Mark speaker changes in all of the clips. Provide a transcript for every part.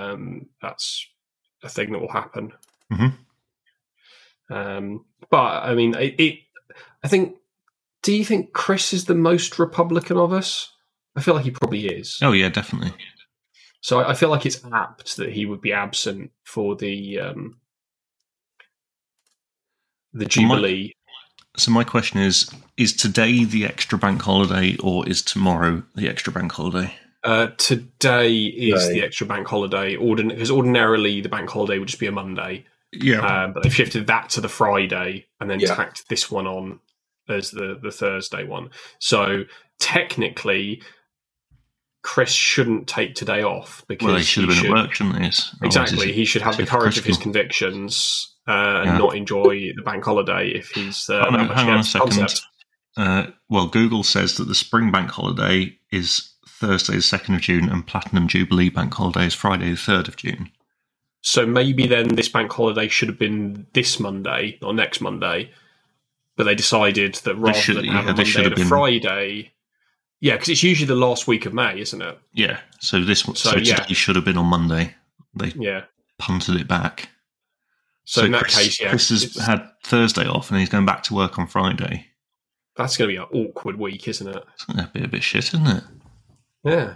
Speaker 1: um, that's a thing that will happen.
Speaker 2: Mhm.
Speaker 1: Um, but I mean, it, it. I think. Do you think Chris is the most Republican of us? I feel like he probably is.
Speaker 2: Oh yeah, definitely.
Speaker 1: So I I feel like it's apt that he would be absent for the um, the Jubilee.
Speaker 2: So my question is: Is today the extra bank holiday, or is tomorrow the extra bank holiday?
Speaker 1: Uh, today is
Speaker 3: Right.
Speaker 1: the extra bank holiday, because ordinarily the bank holiday would just be a Monday,
Speaker 2: Yeah.
Speaker 1: um, but they've shifted that to the Friday and then
Speaker 3: Yeah.
Speaker 1: tacked this one on as the the Thursday one. So technically, Chris shouldn't take today off because
Speaker 2: well, they should have
Speaker 1: he
Speaker 2: been at work, shouldn't they? Otherwise it's-
Speaker 1: Exactly. He should have the
Speaker 2: it's
Speaker 1: courage of his
Speaker 2: critical.
Speaker 1: convictions uh, and
Speaker 2: Yeah.
Speaker 1: not enjoy the bank holiday if he's. Uh,
Speaker 2: Oh, no,
Speaker 1: that much
Speaker 2: hang on a
Speaker 1: against the
Speaker 2: second.
Speaker 1: concept.
Speaker 2: Uh, well, Google says that the spring bank holiday is Thursday, the 2nd of June, and Platinum Jubilee bank holiday is Friday, the 3rd of June.
Speaker 1: So maybe then this bank holiday should have been this Monday, not next Monday. But they decided that rather
Speaker 2: should-
Speaker 1: than
Speaker 2: yeah,
Speaker 1: have
Speaker 2: they
Speaker 1: a Monday
Speaker 2: should
Speaker 1: and
Speaker 2: have
Speaker 1: a
Speaker 2: been-
Speaker 1: Friday. Yeah, because it's usually the last week of May, isn't it?
Speaker 2: Yeah. So this so,
Speaker 1: So,
Speaker 2: so
Speaker 1: yeah.
Speaker 2: today should have been on Monday. They
Speaker 1: Yeah.
Speaker 2: punted it back.
Speaker 1: So, in that
Speaker 2: Chris,
Speaker 1: case, yeah,
Speaker 2: Chris has
Speaker 1: it's-
Speaker 2: had Thursday off and he's going back to work on Friday.
Speaker 1: that's going to be an awkward week, isn't it?
Speaker 2: It's going to be a bit shit, isn't it?
Speaker 1: Yeah.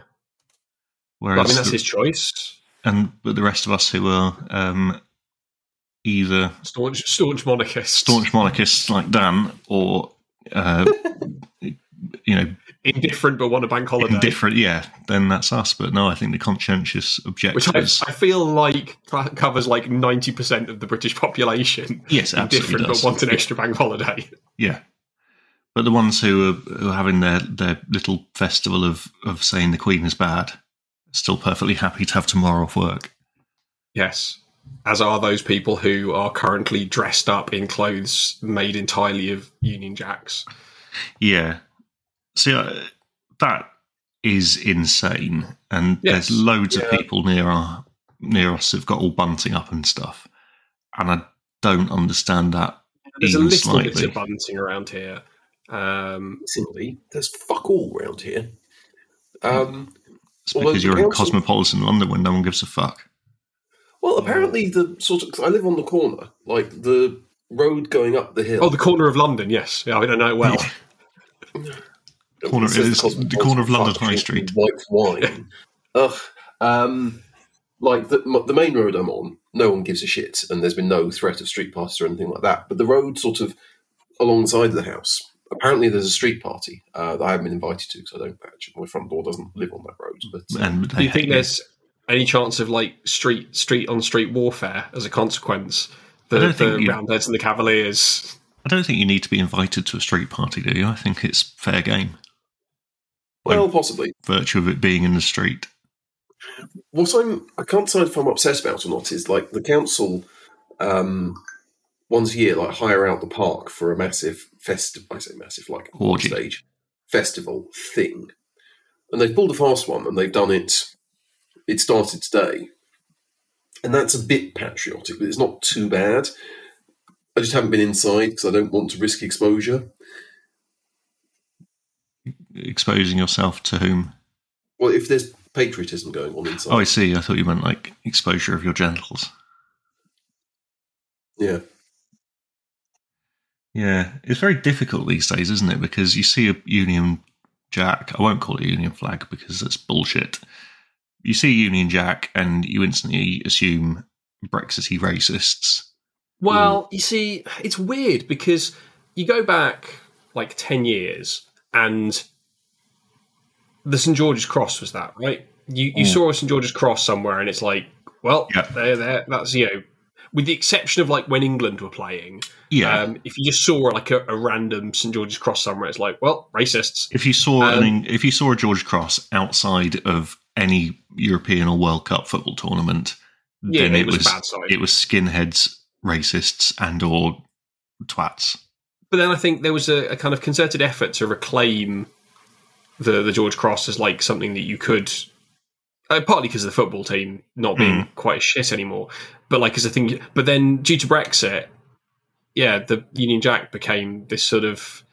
Speaker 2: Whereas
Speaker 1: But, I mean, that's
Speaker 2: the-
Speaker 1: his choice.
Speaker 2: and but the rest of us who are um, either
Speaker 1: Staunch, staunch monarchist.
Speaker 2: staunch monarchists like Dan or uh, you know
Speaker 1: Indifferent, but want a bank holiday.
Speaker 2: indifferent, yeah, then that's us. But no, I think the conscientious
Speaker 1: which I,
Speaker 2: objectors.
Speaker 1: I feel like co- covers like 90% of the British population.
Speaker 2: yes, absolutely
Speaker 1: Different, but
Speaker 2: does.
Speaker 1: wants an extra bank holiday.
Speaker 2: yeah, but the ones who are, who are having their, their little festival of of saying the Queen is bad, still perfectly happy to have tomorrow off work.
Speaker 1: Yes. As are those people who are currently dressed up in clothes made entirely of Union Jacks.
Speaker 2: Yeah. See, uh, that is insane, and
Speaker 1: Yes.
Speaker 2: there's loads of
Speaker 3: Yeah.
Speaker 2: people near our near us who've got all bunting up and stuff, and I don't understand that.
Speaker 1: There's a
Speaker 2: even
Speaker 1: little bit
Speaker 2: Mm, slightly.
Speaker 1: of bunting around here. Um,
Speaker 3: Amazingly, there's fuck all around here. Um,
Speaker 2: It's
Speaker 3: Well,
Speaker 2: because you're in
Speaker 3: also-
Speaker 2: cosmopolitan London when no one gives a fuck.
Speaker 3: well, apparently the sort of 'cause I live on the corner, like the road going up the hill.
Speaker 1: oh, the corner of London, yes. Yeah, I don't know it well.
Speaker 2: corner
Speaker 3: It says
Speaker 2: is- the corner of London High Street.
Speaker 3: White wine. Ugh. Um, like the m- the main road I'm on, no one gives a shit, and there's been no threat of street parties or anything like that. But the road sort of alongside the house, apparently there's a street party uh, that I haven't been invited to because I don't actually my front door doesn't live on that road. But uh,
Speaker 2: And
Speaker 1: Do
Speaker 2: they
Speaker 1: you think there's any chance of like street street on street warfare as a consequence?
Speaker 2: I
Speaker 1: The,
Speaker 2: don't think
Speaker 1: the
Speaker 2: you-
Speaker 1: Roundheads and the Cavaliers
Speaker 2: I don't think you need to be invited to a street party, do you? I think it's fair game,
Speaker 3: well, possibly.
Speaker 2: virtue of it being in the street.
Speaker 3: what I'm I can't decide if I'm upset about or not is like the council um once a year like hire out the park for a massive festival I say massive like
Speaker 2: Orgy.
Speaker 3: stage festival thing. And they've pulled a fast one and they've done it it started today. And that's a bit patriotic, but it's not too bad. I just haven't been inside because I don't want to risk exposure.
Speaker 2: Exposing yourself to whom?
Speaker 3: Well, if there's patriotism going on inside,
Speaker 2: Oh, I see. I thought you meant like exposure of your genitals.
Speaker 3: yeah.
Speaker 2: Yeah, it's very difficult these days, isn't it? Because you see a Union Jack. I won't call it Union flag because that's bullshit. You see a Union Jack, and you instantly assume Brexity racists.
Speaker 1: Well,
Speaker 2: Mm.
Speaker 1: you see, it's weird because you go back like 10 years and the St. George's Cross was that, right? You, you saw a St. George's Cross somewhere and it's like, well,
Speaker 2: Mm. Yeah.
Speaker 1: there, there, that's, you know, with the exception of like when England were playing,
Speaker 2: Yeah.
Speaker 1: um, if you just saw like a, a random St. George's Cross somewhere, it's like, well, racists.
Speaker 2: if you saw
Speaker 1: um,
Speaker 2: an, if you saw a George Cross outside of any European or World Cup football tournament,
Speaker 1: Yeah,
Speaker 2: then
Speaker 1: it
Speaker 2: it,
Speaker 1: was
Speaker 2: was,
Speaker 1: a bad side.
Speaker 2: it was skinheads, racists, and or twats.
Speaker 1: But then I think there was a, a kind of concerted effort to reclaim the the George Cross as like something that you could, uh, partly because of the football team not being quite as shit anymore, but like as a thing. But then due to Brexit, yeah, the Union Jack became this sort of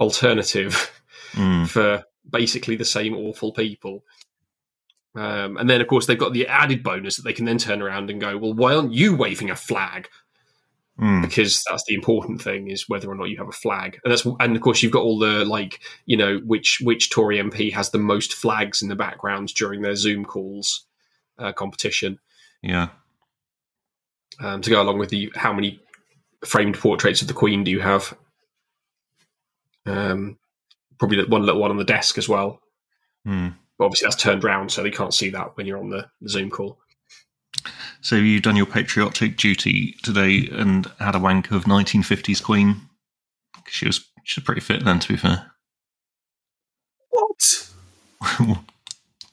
Speaker 1: alternative
Speaker 2: Mm.
Speaker 1: for basically the same awful people. Um, and then, of course, they've got the added bonus that they can then turn around and go, "Well, why aren't you waving a flag?"
Speaker 2: Mm.
Speaker 1: Because that's the important thing is whether or not you have a flag. And that's and of course you've got all the like you know which which Tory MP has the most flags in the background during their Zoom calls uh, competition
Speaker 2: Yeah.
Speaker 1: um, to go along with the how many framed portraits of the Queen do you have? Um, probably the one little one on the desk as well.
Speaker 2: Mm.
Speaker 1: But obviously that's turned round, so they can't see that when you're on the, the Zoom call.
Speaker 2: So you've done your patriotic duty today and had a wank of 1950s Queen. 'Cause She was she was pretty fit then, to be fair.
Speaker 3: What?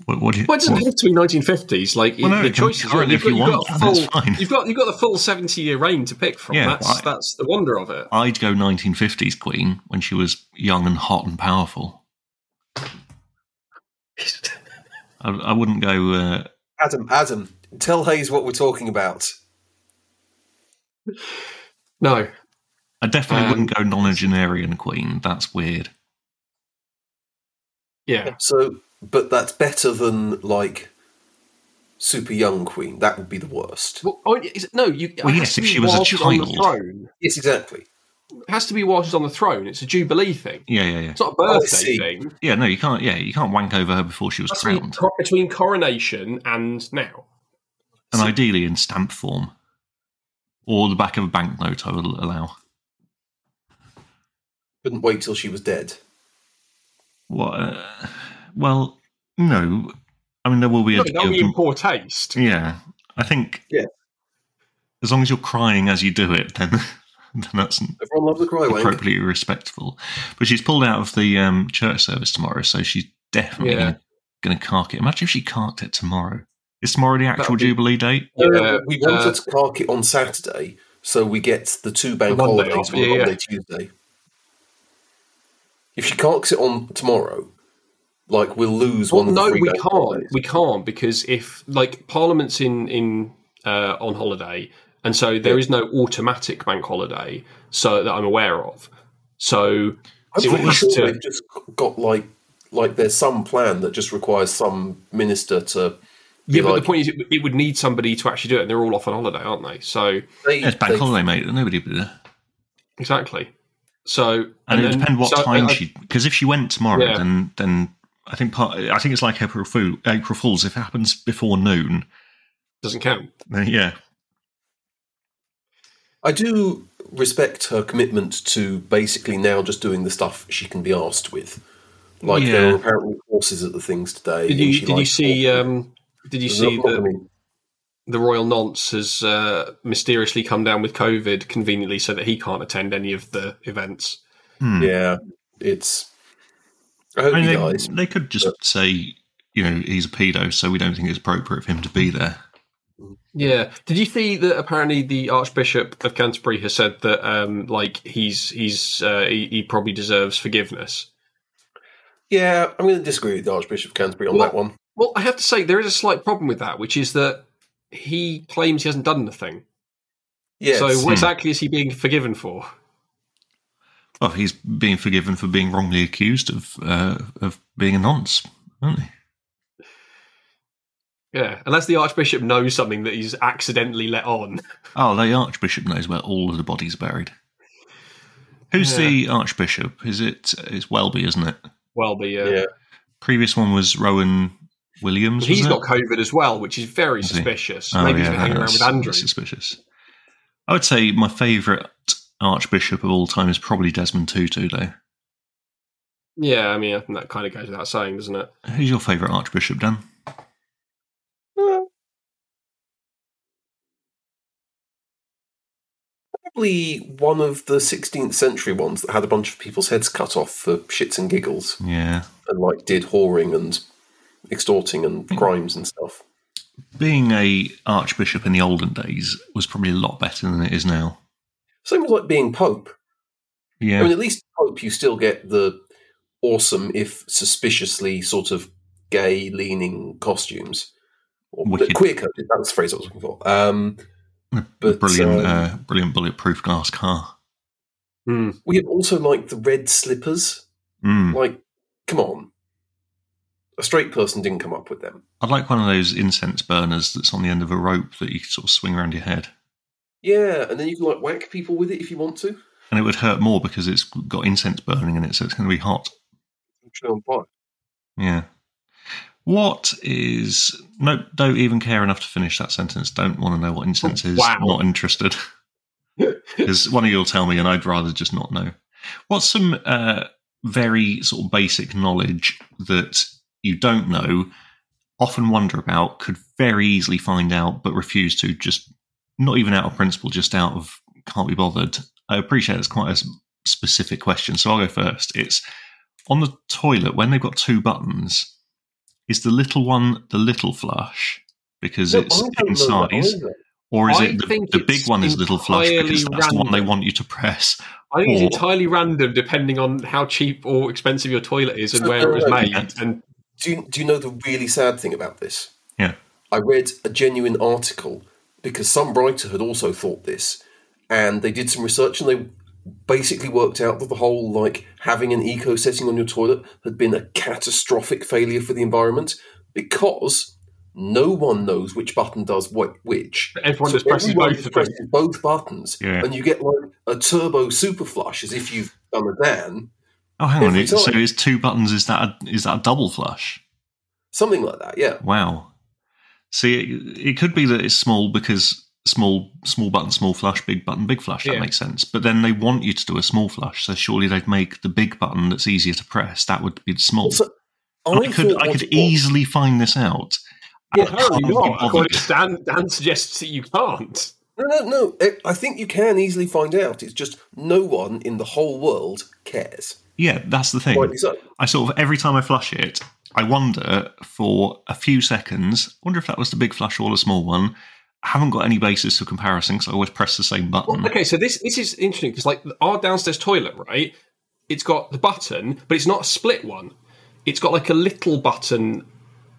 Speaker 2: what, what do you?
Speaker 1: Well, it doesn't
Speaker 2: what-
Speaker 1: have to be 1950s. Like
Speaker 2: Well, no,
Speaker 1: the
Speaker 2: it can be
Speaker 1: choices,
Speaker 2: current
Speaker 1: you've
Speaker 2: if you
Speaker 1: got- you've
Speaker 2: want,
Speaker 1: got a
Speaker 2: that's
Speaker 1: full-
Speaker 2: fine.
Speaker 1: You've got you've got the full 70 year reign to pick from.
Speaker 2: Yeah,
Speaker 1: that's
Speaker 2: I-
Speaker 1: that's the wonder of it.
Speaker 2: I'd go 1950s Queen when she was young and hot and powerful. I, I wouldn't go. Uh,
Speaker 3: Adam, Adam, tell Hayes what we're talking about.
Speaker 1: no,
Speaker 2: I definitely
Speaker 1: Um,
Speaker 2: wouldn't go nonagenarian Queen. That's weird.
Speaker 1: yeah,
Speaker 3: So, but that's better than like super young queen. That would be the worst.
Speaker 1: well, oh, is it- no. You,
Speaker 2: Well,
Speaker 1: it has
Speaker 2: yes,
Speaker 1: to
Speaker 2: if
Speaker 1: be
Speaker 2: she was a
Speaker 1: while she's on the
Speaker 2: child.
Speaker 1: throne.
Speaker 3: Yes, exactly.
Speaker 1: It has to be while she's on the throne. It's a jubilee thing.
Speaker 2: Yeah, yeah, yeah.
Speaker 1: It's not a
Speaker 3: I
Speaker 1: birthday
Speaker 3: see.
Speaker 1: thing.
Speaker 2: Yeah, no, you can't. Yeah, you can't wank over her before she was
Speaker 1: That's between,
Speaker 2: crowned,
Speaker 1: cor- between coronation and now.
Speaker 2: and ideally in stamp form, or the back of a banknote. I would allow.
Speaker 3: Couldn't wait till she was dead.
Speaker 2: What? Uh, well, no. I mean, there will be
Speaker 1: No,
Speaker 2: a.
Speaker 1: that would be in poor taste.
Speaker 2: yeah, I think.
Speaker 3: Yeah.
Speaker 2: As long as you're crying as you do it, then then that's
Speaker 3: Everyone loves a cry wank.
Speaker 2: appropriately respectful. But she's pulled out of the um, church service tomorrow, so she's definitely
Speaker 1: Yeah.
Speaker 2: going to cark it. Imagine if she carked it tomorrow. Is tomorrow the actual
Speaker 1: would be-
Speaker 2: Jubilee date?
Speaker 1: Yeah,
Speaker 3: we wanted
Speaker 1: uh,
Speaker 3: to park it on Saturday, so we get the two bank
Speaker 1: The Monday
Speaker 3: holidays
Speaker 1: off,
Speaker 3: on
Speaker 1: yeah, yeah.
Speaker 3: Monday, Tuesday. If she carks it on tomorrow, like we'll lose
Speaker 1: Well,
Speaker 3: one of the
Speaker 1: no,
Speaker 3: three
Speaker 1: we
Speaker 3: bank
Speaker 1: can't.
Speaker 3: holidays.
Speaker 1: We can't because if like Parliament's in in uh, on holiday, and so there is no automatic bank holiday, so that I'm aware of. So
Speaker 3: I'm
Speaker 1: So we
Speaker 3: pretty
Speaker 1: have
Speaker 3: sure
Speaker 1: to-
Speaker 3: they've just got like like there's some plan that just requires some minister to. be
Speaker 1: yeah, but
Speaker 3: like,
Speaker 1: the point is, it, w- it would need somebody to actually do it, and they're all off on holiday, aren't they? So
Speaker 3: they-
Speaker 2: Yeah, it's bank
Speaker 3: they-
Speaker 2: holiday, mate. Nobody would do that.
Speaker 1: exactly. So
Speaker 2: And, it
Speaker 1: then-
Speaker 2: depends what
Speaker 1: so uh,
Speaker 2: time
Speaker 1: I- I-
Speaker 2: she. Because if she went tomorrow,
Speaker 1: Yeah.
Speaker 2: then then I think part. I think it's like April Fool. April Fools. If it happens before noon,
Speaker 1: doesn't count.
Speaker 2: then yeah,
Speaker 3: I do respect her commitment to basically now just doing the stuff she can be asked with. Like there
Speaker 2: Yeah.
Speaker 3: were apparently horses at the things today.
Speaker 1: Did
Speaker 3: and
Speaker 1: you
Speaker 3: she
Speaker 1: did you
Speaker 3: likes
Speaker 1: see
Speaker 3: horses.
Speaker 1: um, did you
Speaker 3: There's
Speaker 1: see
Speaker 3: not- not
Speaker 1: that
Speaker 3: many.
Speaker 1: the royal nonce has uh, mysteriously come down with COVID conveniently, so that he can't attend any of the events.
Speaker 2: Hmm.
Speaker 3: Yeah, it's. I hope
Speaker 2: I mean,
Speaker 3: you
Speaker 2: they,
Speaker 3: guys.
Speaker 2: they could just say, you know, he's a pedo, so we don't think it's appropriate for him to be there.
Speaker 1: Yeah. Did you see that? Apparently, the Archbishop of Canterbury has said that, um, like, he's he's uh, he, he probably deserves forgiveness.
Speaker 3: Yeah, I'm going to disagree with the Archbishop of Canterbury on that one.
Speaker 1: Well, I have to say there is a slight problem with that, which is that he claims he hasn't done anything.
Speaker 3: Yes.
Speaker 1: So,
Speaker 2: Hmm.
Speaker 1: what exactly is he being forgiven for?
Speaker 2: Well, he's being forgiven for being wrongly accused of uh, of being a nonce, aren't he?
Speaker 1: Yeah, unless the Archbishop knows something that he's accidentally let on.
Speaker 2: Oh, the Archbishop knows where all of the bodies are buried. Who's
Speaker 1: Yeah.
Speaker 2: the Archbishop? Is it? It's Welby, isn't it?
Speaker 1: Well, the uh,
Speaker 3: yeah.
Speaker 2: Previous one was Rowan Williams.
Speaker 1: he's
Speaker 2: wasn't
Speaker 1: got
Speaker 2: it?
Speaker 1: COVID as well, which is very
Speaker 2: Has he?
Speaker 1: suspicious.
Speaker 2: Oh,
Speaker 1: Maybe he's
Speaker 2: yeah,
Speaker 1: been hanging around
Speaker 2: that's-
Speaker 1: with Andrew.
Speaker 2: that's Suspicious. I would say my favourite Archbishop of all time is probably Desmond Tutu, though.
Speaker 1: Yeah, I mean, I think that kind of goes without saying, doesn't it?
Speaker 2: Who's your favourite Archbishop, Dan?
Speaker 3: Probably one of the 16th century ones that had a bunch of people's heads cut off for shits and giggles
Speaker 2: Yeah,
Speaker 3: and like did whoring and extorting and
Speaker 1: Hmm.
Speaker 3: crimes and stuff.
Speaker 2: being a Archbishop in the olden days was probably a lot better than it is now.
Speaker 3: Same as like being Pope.
Speaker 2: Yeah,
Speaker 3: I mean, at least Pope, you still get the awesome, if suspiciously sort of gay leaning costumes. Or
Speaker 2: Wicked.
Speaker 3: queer coded, that's the phrase I was looking for. Um, but,
Speaker 2: brilliant,
Speaker 3: um,
Speaker 2: uh, brilliant bulletproof glass car.
Speaker 1: Hmm.
Speaker 2: Hmm.
Speaker 3: we have also like the red slippers.
Speaker 2: Mm.
Speaker 3: Like, come on. A straight person didn't come up with them.
Speaker 2: I'd like one of those incense burners that's on the end of a rope that you sort of swing around your head.
Speaker 3: Yeah, and then you can like whack people with it if you want to.
Speaker 2: And it would hurt more because it's got incense burning in it, so it's going to be hot.
Speaker 3: Try and buy.
Speaker 2: Yeah. What is. Nope, don't even care enough to finish that sentence. Don't want to know what incense is.
Speaker 1: Wow.
Speaker 2: Not interested. Because one of you will tell me, and I'd rather just not know. What's some uh, very sort of basic knowledge that you don't know, often wonder about, could very easily find out, but refuse to, just not even out of principle, just out of can't be bothered? I appreciate it's quite a s- specific question, so I'll go first. It's on the toilet when they've got two buttons. Is the little one the little flush because
Speaker 3: No,
Speaker 2: it's
Speaker 3: I don't
Speaker 2: in
Speaker 3: know that
Speaker 2: size,
Speaker 3: either.
Speaker 2: or is
Speaker 1: I
Speaker 2: it the,
Speaker 1: think
Speaker 2: the big
Speaker 1: it's
Speaker 2: one is little flush because
Speaker 1: entirely
Speaker 2: that's the one they
Speaker 1: random.
Speaker 2: want you to press?
Speaker 1: I think
Speaker 2: Or-
Speaker 1: it's entirely random depending on how cheap or expensive your toilet is and
Speaker 3: So
Speaker 1: where it was
Speaker 3: there
Speaker 2: we
Speaker 1: made.
Speaker 2: go.
Speaker 1: And
Speaker 3: Do you, do you know the really sad thing about this?
Speaker 2: Yeah.
Speaker 3: I read a genuine article because some writer had also thought this, and they did some research and they basically worked out that the whole like having an eco setting on your toilet had been a catastrophic failure for the environment because no one knows which button does what which.
Speaker 1: everyone
Speaker 3: So
Speaker 1: just presses
Speaker 3: everyone
Speaker 1: both
Speaker 3: just
Speaker 1: of them.
Speaker 3: presses both buttons,
Speaker 2: Yeah.
Speaker 3: and you get like a turbo super flush as if you've done a Dan,
Speaker 2: Oh, hang on.
Speaker 3: Every
Speaker 2: it- So
Speaker 3: time.
Speaker 2: is two buttons? Is that a, is that a double flush?
Speaker 3: something like that. Yeah,
Speaker 2: Wow. See, it, it could be that it's small because small small button, small flush, big button, big flush. That
Speaker 1: Yeah.
Speaker 2: makes sense. But then they want you to do a small flush, so surely they'd make the big button that's easier to press. That would be the small.
Speaker 3: So,
Speaker 2: And I could
Speaker 3: thought
Speaker 2: I
Speaker 3: what
Speaker 2: could
Speaker 3: it was-
Speaker 2: easily find this out.
Speaker 1: Well,
Speaker 2: I
Speaker 1: apparently
Speaker 2: can't be
Speaker 1: not.
Speaker 2: bothered.
Speaker 1: According to Dan, Dan suggests that you can't.
Speaker 3: No, no, no. I- I think you can easily find out. It's just no one in the whole world cares.
Speaker 2: Yeah, that's the thing.
Speaker 3: Rightly so.
Speaker 2: I sort of every time I flush it, I wonder for a few seconds. Wonder if that was the big flush or the small one. I haven't got any basis for comparison because I always press the same button.
Speaker 1: Okay, so this this is interesting because like our downstairs toilet, right? It's got the button, but it's not a split one. It's got like a little button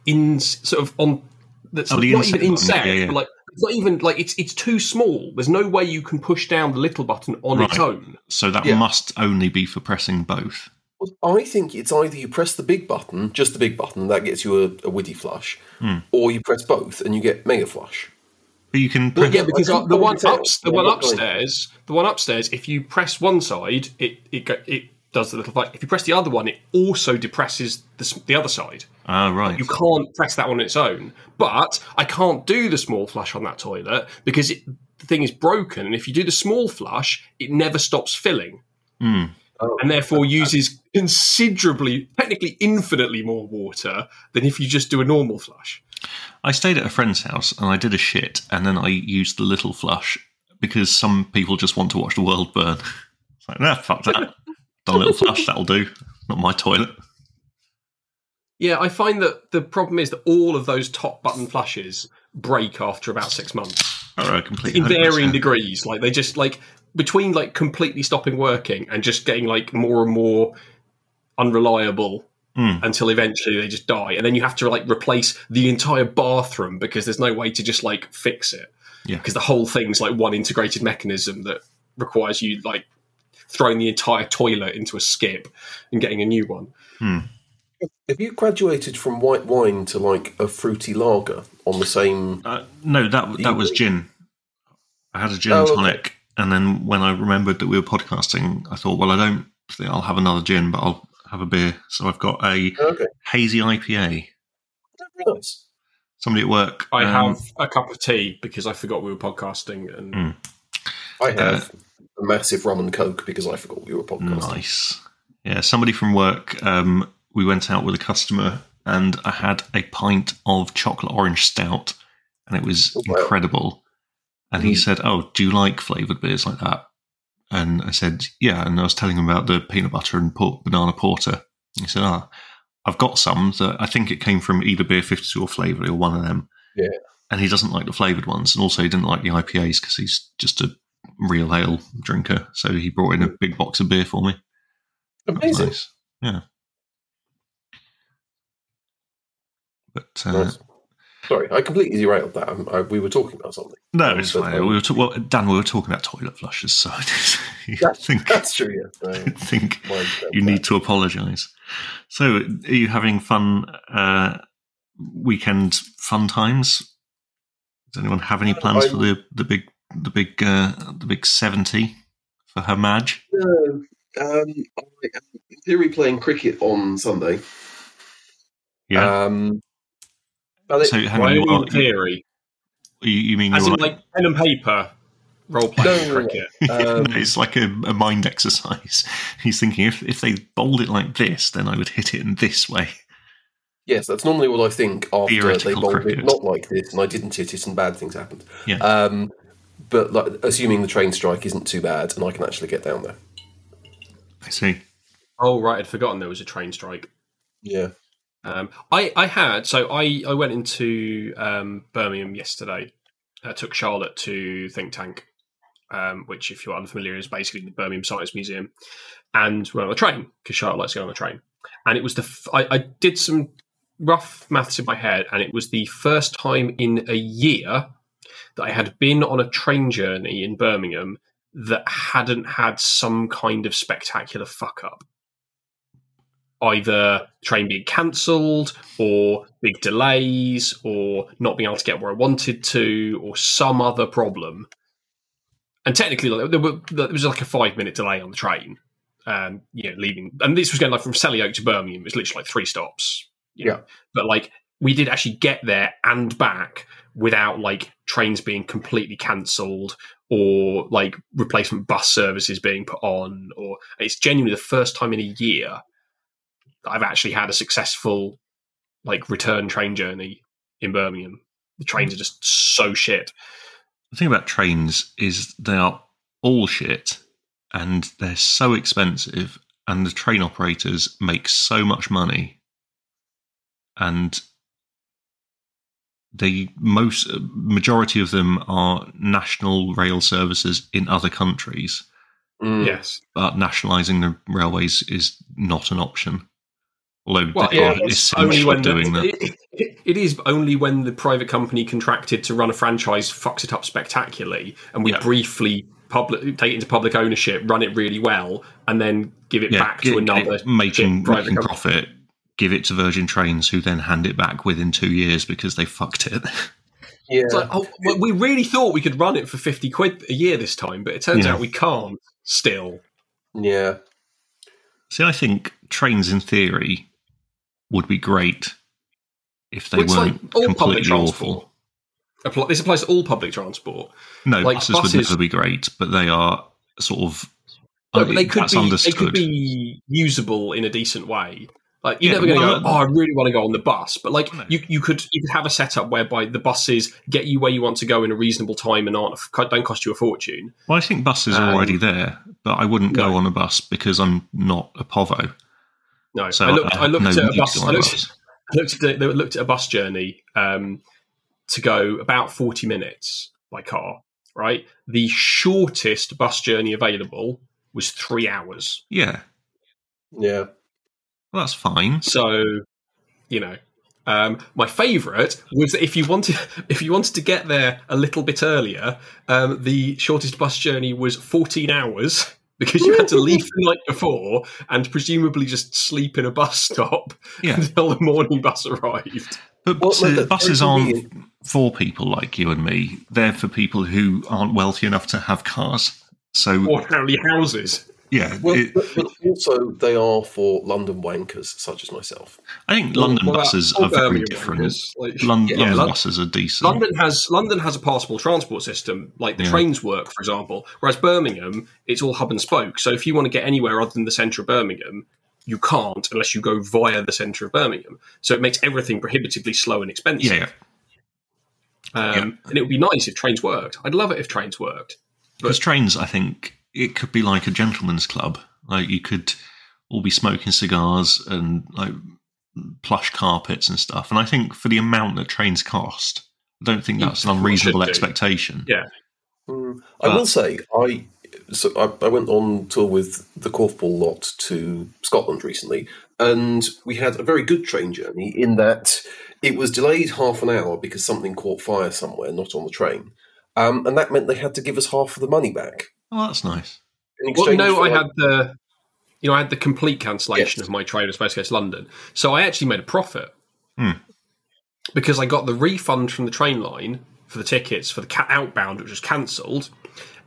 Speaker 1: in sort of on that's
Speaker 2: Oh, the
Speaker 1: not
Speaker 2: inset
Speaker 1: even
Speaker 2: button.
Speaker 1: inset,
Speaker 2: Yeah, yeah.
Speaker 1: but like it's not even like it's it's too small. There's no way you can push down the little button on its
Speaker 2: Right.
Speaker 1: own.
Speaker 2: So that
Speaker 3: Yeah.
Speaker 2: must only be for pressing both.
Speaker 3: I think it's either you press the big button, just the big button, that gets you a, a witty flush,
Speaker 2: Hmm.
Speaker 3: or you press both and you get mega flush.
Speaker 2: But you can
Speaker 1: Well,
Speaker 2: press,
Speaker 1: yeah, because
Speaker 3: I
Speaker 1: the one
Speaker 3: couldn't
Speaker 1: ups, the
Speaker 3: tell.
Speaker 1: one
Speaker 3: Yeah, not
Speaker 1: upstairs, the one upstairs. If you press one side, it it go, it does the little fight. If you press the other one, it also depresses the, s- the other side.
Speaker 2: ah right.
Speaker 1: You can't press that one on its own. But I can't do the small flush on that toilet because it, the thing is broken. And if you do the small flush, it never stops filling.
Speaker 3: Oh.
Speaker 1: And therefore uses considerably, technically infinitely more water than if you just do a normal flush.
Speaker 2: I stayed at a friend's house and I did a shit, and then I used the little flush because some people just want to watch the world burn. It's like, nah, fuck that. Done a little flush, that'll do. Not my toilet.
Speaker 1: Yeah, I find that the problem is that all of those top button flushes break after about six months
Speaker 2: Or a complete
Speaker 1: in varying
Speaker 2: 100%.
Speaker 1: degrees. Like they just like between like completely stopping working and just getting like more and more unreliable
Speaker 2: Mm.
Speaker 1: until eventually they just die, and then you have to like replace the entire bathroom because there's no way to just like fix it.
Speaker 2: Yeah.
Speaker 1: because the whole thing's like one integrated mechanism that requires you like throwing the entire toilet into a skip and getting a new one.
Speaker 3: Have you graduated from white wine to like a fruity lager on the same.
Speaker 2: Uh, no, that that was gin. I had a gin
Speaker 3: Oh,
Speaker 2: and
Speaker 3: okay.
Speaker 2: tonic, and then when I remembered that we were podcasting, I thought, well, I don't think I'll have another gin, but I'll have a beer. So I've got a
Speaker 3: Okay.
Speaker 2: hazy IPA.
Speaker 3: Nice.
Speaker 2: Somebody at work.
Speaker 1: I
Speaker 2: um,
Speaker 1: have a cup of tea because I forgot we were podcasting, and
Speaker 2: Mm.
Speaker 3: I
Speaker 2: Uh,
Speaker 3: have a massive rum and coke because I forgot we were podcasting.
Speaker 2: Nice. Yeah, somebody from work. Um, we went out with a customer, and I had a pint of chocolate orange stout, and it was
Speaker 3: Oh, wow. Mm.
Speaker 2: incredible. And he said, "Oh, do you like flavored beers like that?" And I said, "Yeah." And I was telling him about the peanut butter and port, banana porter. He said, "Ah, I've got some that I think it came from either beer fifty two or flavored or one of them."
Speaker 3: Yeah.
Speaker 2: And he doesn't like the flavored ones, and also he didn't like the IPAs because he's just a real ale drinker. So he brought
Speaker 3: Mm.
Speaker 2: in a big box of beer for me. That was
Speaker 3: Amazing.
Speaker 2: Nice. Yeah. But uh,
Speaker 3: Nice. Sorry, I completely derailed that. Um, I, we were talking about something.
Speaker 2: No, it's
Speaker 3: But,
Speaker 2: fine.
Speaker 3: um,
Speaker 2: We were ta- well, Dan, we were talking about toilet flushes, so I think
Speaker 3: That's true. Yeah. Uh,
Speaker 2: think
Speaker 3: mind
Speaker 2: you
Speaker 3: about
Speaker 2: need to apologise. So, are you having fun uh, weekend fun times? Does anyone have any plans for the the big the big uh, the big seventy for her Madge?
Speaker 3: that. No, um, I am in theory playing cricket on Sunday.
Speaker 2: Yeah.
Speaker 3: Um, but it-
Speaker 2: so, hang
Speaker 1: Why
Speaker 2: on. You,
Speaker 1: only in
Speaker 2: are, you,
Speaker 1: theory?
Speaker 2: you mean
Speaker 1: As
Speaker 2: you're
Speaker 1: in,
Speaker 2: like,
Speaker 1: like pen and paper, role playing
Speaker 3: No, no, no.
Speaker 1: cricket.
Speaker 3: um,
Speaker 2: No, it's like a, a mind exercise. He's thinking if if they bowled it like this, then I would hit it in this way.
Speaker 3: Yes, that's normally what I think after they
Speaker 2: Theoretical
Speaker 3: bowled
Speaker 2: cricket.
Speaker 3: it not like this and I didn't hit it and bad things happened.
Speaker 2: Yeah.
Speaker 3: Um, but like, assuming the train strike isn't too bad and I can actually get down there.
Speaker 2: I see.
Speaker 1: Oh right, I'd forgotten there was a train strike.
Speaker 3: Yeah.
Speaker 1: Um, I, I had so I, I went into um, Birmingham yesterday. I took Charlotte to Think Tank, um, which, if you're unfamiliar, is basically the Birmingham Science Museum. And we're on a train because Charlotte likes to go on a train. And it was the f- I, I did some rough maths in my head, and it was the first time in a year that I had been on a train journey in Birmingham that hadn't had some kind of spectacular fuck up either the train being cancelled or big delays or not being able to get where I wanted to or some other problem. And technically, like, there, were, there was like a five minute delay on the train, um, you know, leaving. And this was going like from Selly Oak to Birmingham. It was literally like three stops. you know.
Speaker 3: Yeah.
Speaker 1: But like we did actually get there and back without like trains being completely cancelled or like replacement bus services being put on. Or it's genuinely the first time in a year that I've actually had a successful like return train journey in Birmingham. The trains are just so shit.
Speaker 2: The thing about trains is they are all shit, and they're so expensive, and the train operators make so much money, and they most majority of them are national rail services in other countries, Hmm.
Speaker 3: Mm.
Speaker 1: Yes.
Speaker 2: but nationalising the railways is not an option. Although
Speaker 1: Well,
Speaker 2: they
Speaker 1: yeah,
Speaker 2: are
Speaker 1: it's only
Speaker 2: essentially
Speaker 1: when the-
Speaker 2: doing that.
Speaker 1: it- it- it is only when the private company contracted to run a franchise fucks it up spectacularly, and we
Speaker 2: Yeah.
Speaker 1: briefly public take it into public ownership, run it really well, and then give it back
Speaker 2: get-
Speaker 1: to another
Speaker 2: get- making,
Speaker 1: shit private
Speaker 2: making
Speaker 1: company.
Speaker 2: profit. Give it to Virgin Trains, who then hand it back within two years because they fucked it.
Speaker 3: Yeah.
Speaker 1: It's like, oh, well, we really thought we could run it for fifty quid a year this time, but it turns
Speaker 2: Yeah.
Speaker 1: out we can't. Still,
Speaker 3: yeah.
Speaker 2: See, I think trains in theory would be great if they
Speaker 1: Well, it's
Speaker 2: weren't completely
Speaker 1: transport.
Speaker 2: awful.
Speaker 1: Appl- This applies to all public transport.
Speaker 2: No,
Speaker 1: Like
Speaker 2: buses, would
Speaker 1: buses-
Speaker 2: never be great, but they are sort of.
Speaker 1: No, but they could
Speaker 2: that's
Speaker 1: be
Speaker 2: understood.
Speaker 1: they could be usable in a decent way. Like you're
Speaker 2: Yeah,
Speaker 1: never going to
Speaker 2: well,
Speaker 1: go. Oh, I really want to go on the bus, but like
Speaker 2: No.
Speaker 1: you, you could you could have a setup whereby the buses get you where you want to go in a reasonable time and aren't don't cost you a fortune.
Speaker 2: Well, I think buses are
Speaker 1: Um,
Speaker 2: already there, but I wouldn't go
Speaker 1: no.
Speaker 2: on a bus because I'm not a povo.
Speaker 1: No,
Speaker 2: So
Speaker 1: I looked
Speaker 2: have
Speaker 1: I looked
Speaker 2: no
Speaker 1: at
Speaker 2: need
Speaker 1: a
Speaker 2: to
Speaker 1: bus.
Speaker 2: go on
Speaker 1: I
Speaker 2: a
Speaker 1: looked,
Speaker 2: bus.
Speaker 1: I looked at a, looked at a bus journey um, to go about forty minutes by car. Right, the shortest bus journey available was three hours.
Speaker 2: Yeah,
Speaker 3: Yeah.
Speaker 2: well, that's fine.
Speaker 1: So, you know, um, my favourite was if you wanted if you wanted to get there a little bit earlier, um, the shortest bus journey was 14 hours because you had to leave the night before and presumably just sleep in a bus stop
Speaker 2: Yeah.
Speaker 1: until the morning bus arrived.
Speaker 2: But
Speaker 3: Well,
Speaker 2: buses,
Speaker 3: look, that's
Speaker 2: buses
Speaker 3: very
Speaker 2: aren't
Speaker 3: convenient.
Speaker 2: for people like you and me. They're for people who aren't wealthy enough to have cars. So
Speaker 1: Or apparently houses.
Speaker 2: yeah,
Speaker 3: Well,
Speaker 2: it-
Speaker 3: but, but also they are for London wankers such as myself.
Speaker 2: I think London
Speaker 1: What about-
Speaker 2: buses
Speaker 1: or
Speaker 2: are very
Speaker 1: Birmingham,
Speaker 2: different.
Speaker 1: because, like-
Speaker 2: Lon-
Speaker 1: Yeah,
Speaker 2: London
Speaker 1: Lon-
Speaker 2: buses are decent.
Speaker 1: London has London has a passable transport system, like the
Speaker 2: Yeah.
Speaker 1: trains work, for example. Whereas Birmingham, it's all hub and spoke. So if you want to get anywhere other than the centre of Birmingham, you can't unless you go via the centre of Birmingham. So it makes everything prohibitively slow and expensive.
Speaker 2: yeah, yeah.
Speaker 1: Um, And it would be nice if trains worked. I'd love it if trains worked.
Speaker 2: because trains, I think it could be like a gentleman's club. Like you could all be smoking cigars and like plush carpets and stuff. And I think for the amount that trains cost, I don't think
Speaker 1: You
Speaker 2: that's an unreasonable
Speaker 1: should do.
Speaker 2: expectation.
Speaker 1: Yeah.
Speaker 3: Mm.
Speaker 2: But-
Speaker 3: I will say, I so I, I went on tour with the Corfball lot to Scotland recently, and we had a very good train journey in that it was delayed half an hour because something caught fire somewhere, not on the train, um, and that meant they had to give us half of the money back.
Speaker 2: Oh, that's nice.
Speaker 3: In
Speaker 1: Well,
Speaker 3: exchange
Speaker 1: no,
Speaker 3: for,
Speaker 1: I
Speaker 3: like-
Speaker 1: had the, you know, I had the complete cancellation
Speaker 3: Yes.
Speaker 1: of my train of Space Coast London, so I actually made a profit
Speaker 2: Hmm.
Speaker 1: because I got the refund from the train line for the tickets for the ca- outbound, which was cancelled,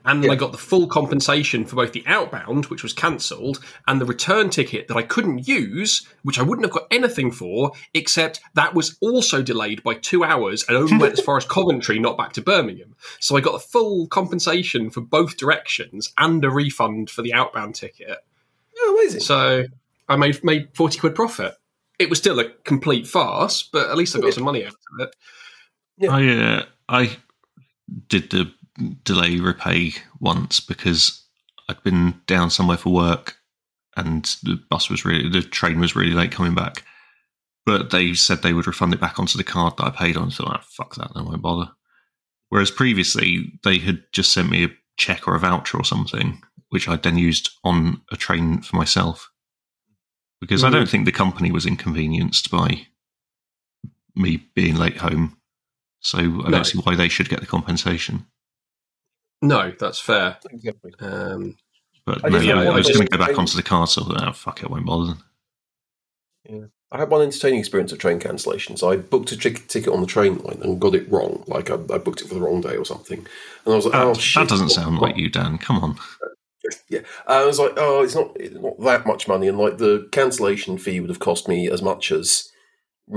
Speaker 1: and then I got the full compensation for both the outbound, which was cancelled, and the return ticket that I couldn't use, which I wouldn't have got anything for, except that was also delayed by two hours and only went as far as Coventry, not back to Birmingham. So I got the full compensation for both directions and a refund for the outbound ticket.
Speaker 3: Yeah, amazing.
Speaker 1: So I made made forty quid profit. It was still a complete farce, but at least I got some money out of it.
Speaker 2: I uh, I did the delay repay once because I'd been down somewhere for work, and the bus was really the train was really late coming back. But they said they would refund it back onto the card that I paid on. So I fuck that, I won't bother. Whereas previously they had just sent me a check or a voucher or something, which I'd then used on a train for myself. Because I don't think the company was inconvenienced by me being late home. So I
Speaker 1: No.
Speaker 2: don't see why they should get the compensation.
Speaker 1: No, that's fair.
Speaker 3: Exactly.
Speaker 1: Um,
Speaker 2: But
Speaker 3: I
Speaker 2: no,
Speaker 3: just
Speaker 1: had
Speaker 2: I, I
Speaker 1: one
Speaker 2: was
Speaker 1: of
Speaker 2: going to go
Speaker 3: those
Speaker 2: back
Speaker 3: things-
Speaker 2: onto the card, so I thought, oh, fuck it, I won't bother.
Speaker 3: I had one entertaining experience of train cancellations. I booked a trick- ticket on the train line and got it wrong. Like I, I booked it for the wrong day or something. And I was like,
Speaker 2: That,
Speaker 3: oh,
Speaker 2: that
Speaker 3: shit.
Speaker 2: doesn't
Speaker 3: What-
Speaker 2: sound
Speaker 3: what-
Speaker 2: like you, Dan. Come on.
Speaker 3: Yeah. I was like, oh, it's not, it's not that much money. And like the cancellation fee would have cost me as much as.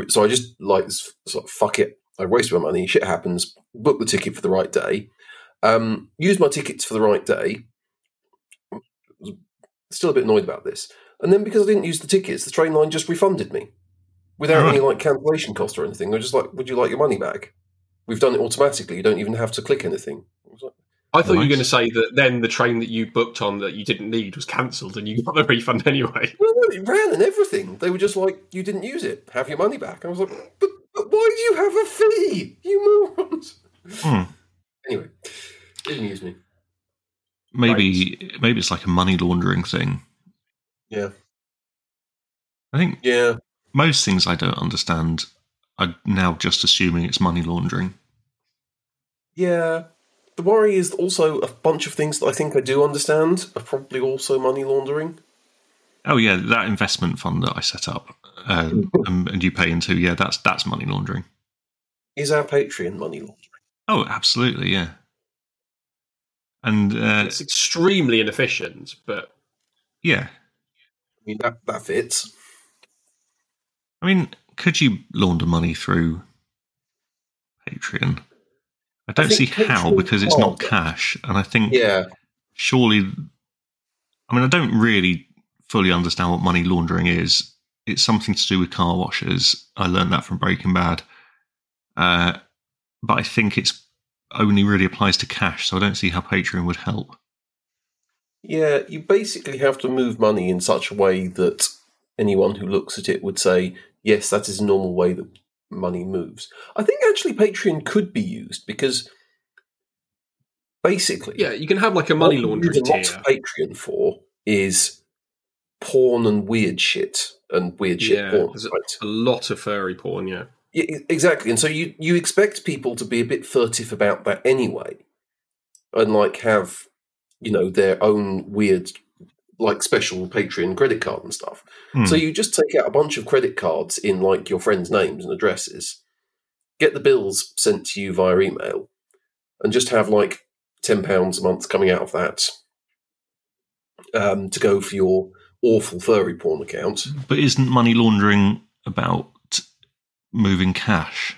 Speaker 3: So I just like, s- sort of, fuck it. I wasted my money. Shit happens. Book the ticket for the right day. Um, used my tickets for the right day. Still a bit annoyed about this. And then because I didn't use the tickets, the train line just refunded me without
Speaker 2: Right.
Speaker 3: any like cancellation cost or anything. They're just like, would you like your money back? We've done it automatically. You don't even have to click anything. I was like,
Speaker 1: I thought you were
Speaker 2: Nice.
Speaker 1: going to say that then the train that you booked on that you didn't need was cancelled and you got the refund anyway.
Speaker 3: Well, no, it ran and everything. They were just like, you didn't use it. Have your money back. I was like, but, but why do you have a fee? You morons.
Speaker 2: Hmm.
Speaker 3: Anyway, didn't use me.
Speaker 2: Maybe maybe it's like a money laundering thing.
Speaker 3: Yeah.
Speaker 2: I think
Speaker 3: Yeah.
Speaker 2: most things I don't understand are now just assuming it's money laundering.
Speaker 3: Yeah. The worry is also a bunch of things that I think I do understand are probably also money laundering.
Speaker 2: Oh yeah, that investment fund that I set up uh,
Speaker 3: Hmm.
Speaker 2: and, and you pay into, yeah, that's that's money laundering.
Speaker 3: Is our Patreon money laundering?
Speaker 2: Oh, absolutely, yeah. And uh,
Speaker 1: It's extremely inefficient, but
Speaker 2: yeah,
Speaker 3: I mean, that, that fits.
Speaker 2: I mean, could you launder money through Patreon? I don't see
Speaker 3: think
Speaker 2: how
Speaker 3: Patreon
Speaker 2: because it's not
Speaker 3: can't.
Speaker 2: cash, and I think
Speaker 3: Yeah.
Speaker 2: surely i mean i don't really fully understand what money laundering is it's something to do with car washers i learned that from breaking bad uh, but i think it's only really applies to cash so i don't see how patreon would help
Speaker 3: Yeah, you basically have to move money in such a way that anyone who looks at it would say, yes, that is a normal way that money moves. I think actually Patreon could be used because basically,
Speaker 1: yeah, you can have like a money
Speaker 3: what
Speaker 1: laundering
Speaker 3: you
Speaker 1: tier.
Speaker 3: use a lot of Patreon for is porn and weird shit and weird shit
Speaker 1: Yeah,
Speaker 3: porn.
Speaker 1: there's
Speaker 3: right?
Speaker 1: A lot of furry porn, yeah.
Speaker 3: Yeah, e- exactly. And so you you expect people to be a bit furtive about that anyway, and like have you know their own weird like special Patreon credit card and stuff.
Speaker 2: Hmm.
Speaker 3: So you just take out a bunch of credit cards in like your friends' names and addresses, get the bills sent to you via email, and just have like ten pounds a month coming out of that um, to go for your awful furry porn account.
Speaker 2: but isn't money laundering about moving cash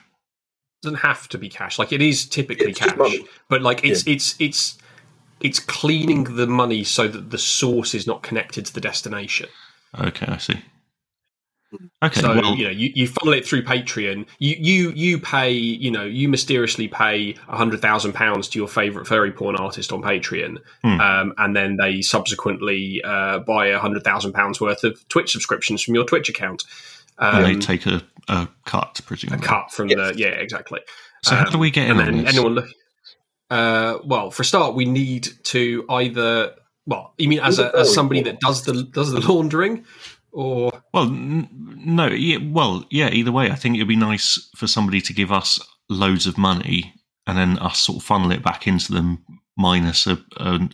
Speaker 1: doesn't have to be cash. Like it is typically
Speaker 3: It's just
Speaker 1: cash,
Speaker 3: money.
Speaker 1: but like it's it's it's it's cleaning the money so that the source is not connected to the destination.
Speaker 2: okay i see okay
Speaker 1: So
Speaker 2: well
Speaker 1: you know, you, you funnel it through Patreon. You you you pay, you know, you mysteriously pay hundred thousand pounds to your favorite furry porn artist on Patreon,
Speaker 2: Hmm.
Speaker 1: um, and then they subsequently uh, buy hundred thousand pounds worth of Twitch subscriptions from your Twitch account.
Speaker 2: and they
Speaker 1: Um,
Speaker 2: take a, a cut
Speaker 1: a
Speaker 2: presumably
Speaker 1: cut from
Speaker 3: Yes.
Speaker 1: the yeah, exactly.
Speaker 2: so how
Speaker 1: um,
Speaker 2: do we get in
Speaker 1: and
Speaker 2: on
Speaker 1: then
Speaker 2: this?
Speaker 1: anyone look. Uh, well, for a start, we need to either. Well, you mean as a, as somebody that does the does the laundering, or
Speaker 2: Well, n- no, yeah, well, yeah. Either way, I think it'd be nice for somebody to give us loads of money and then us sort of funnel it back into them minus a, a,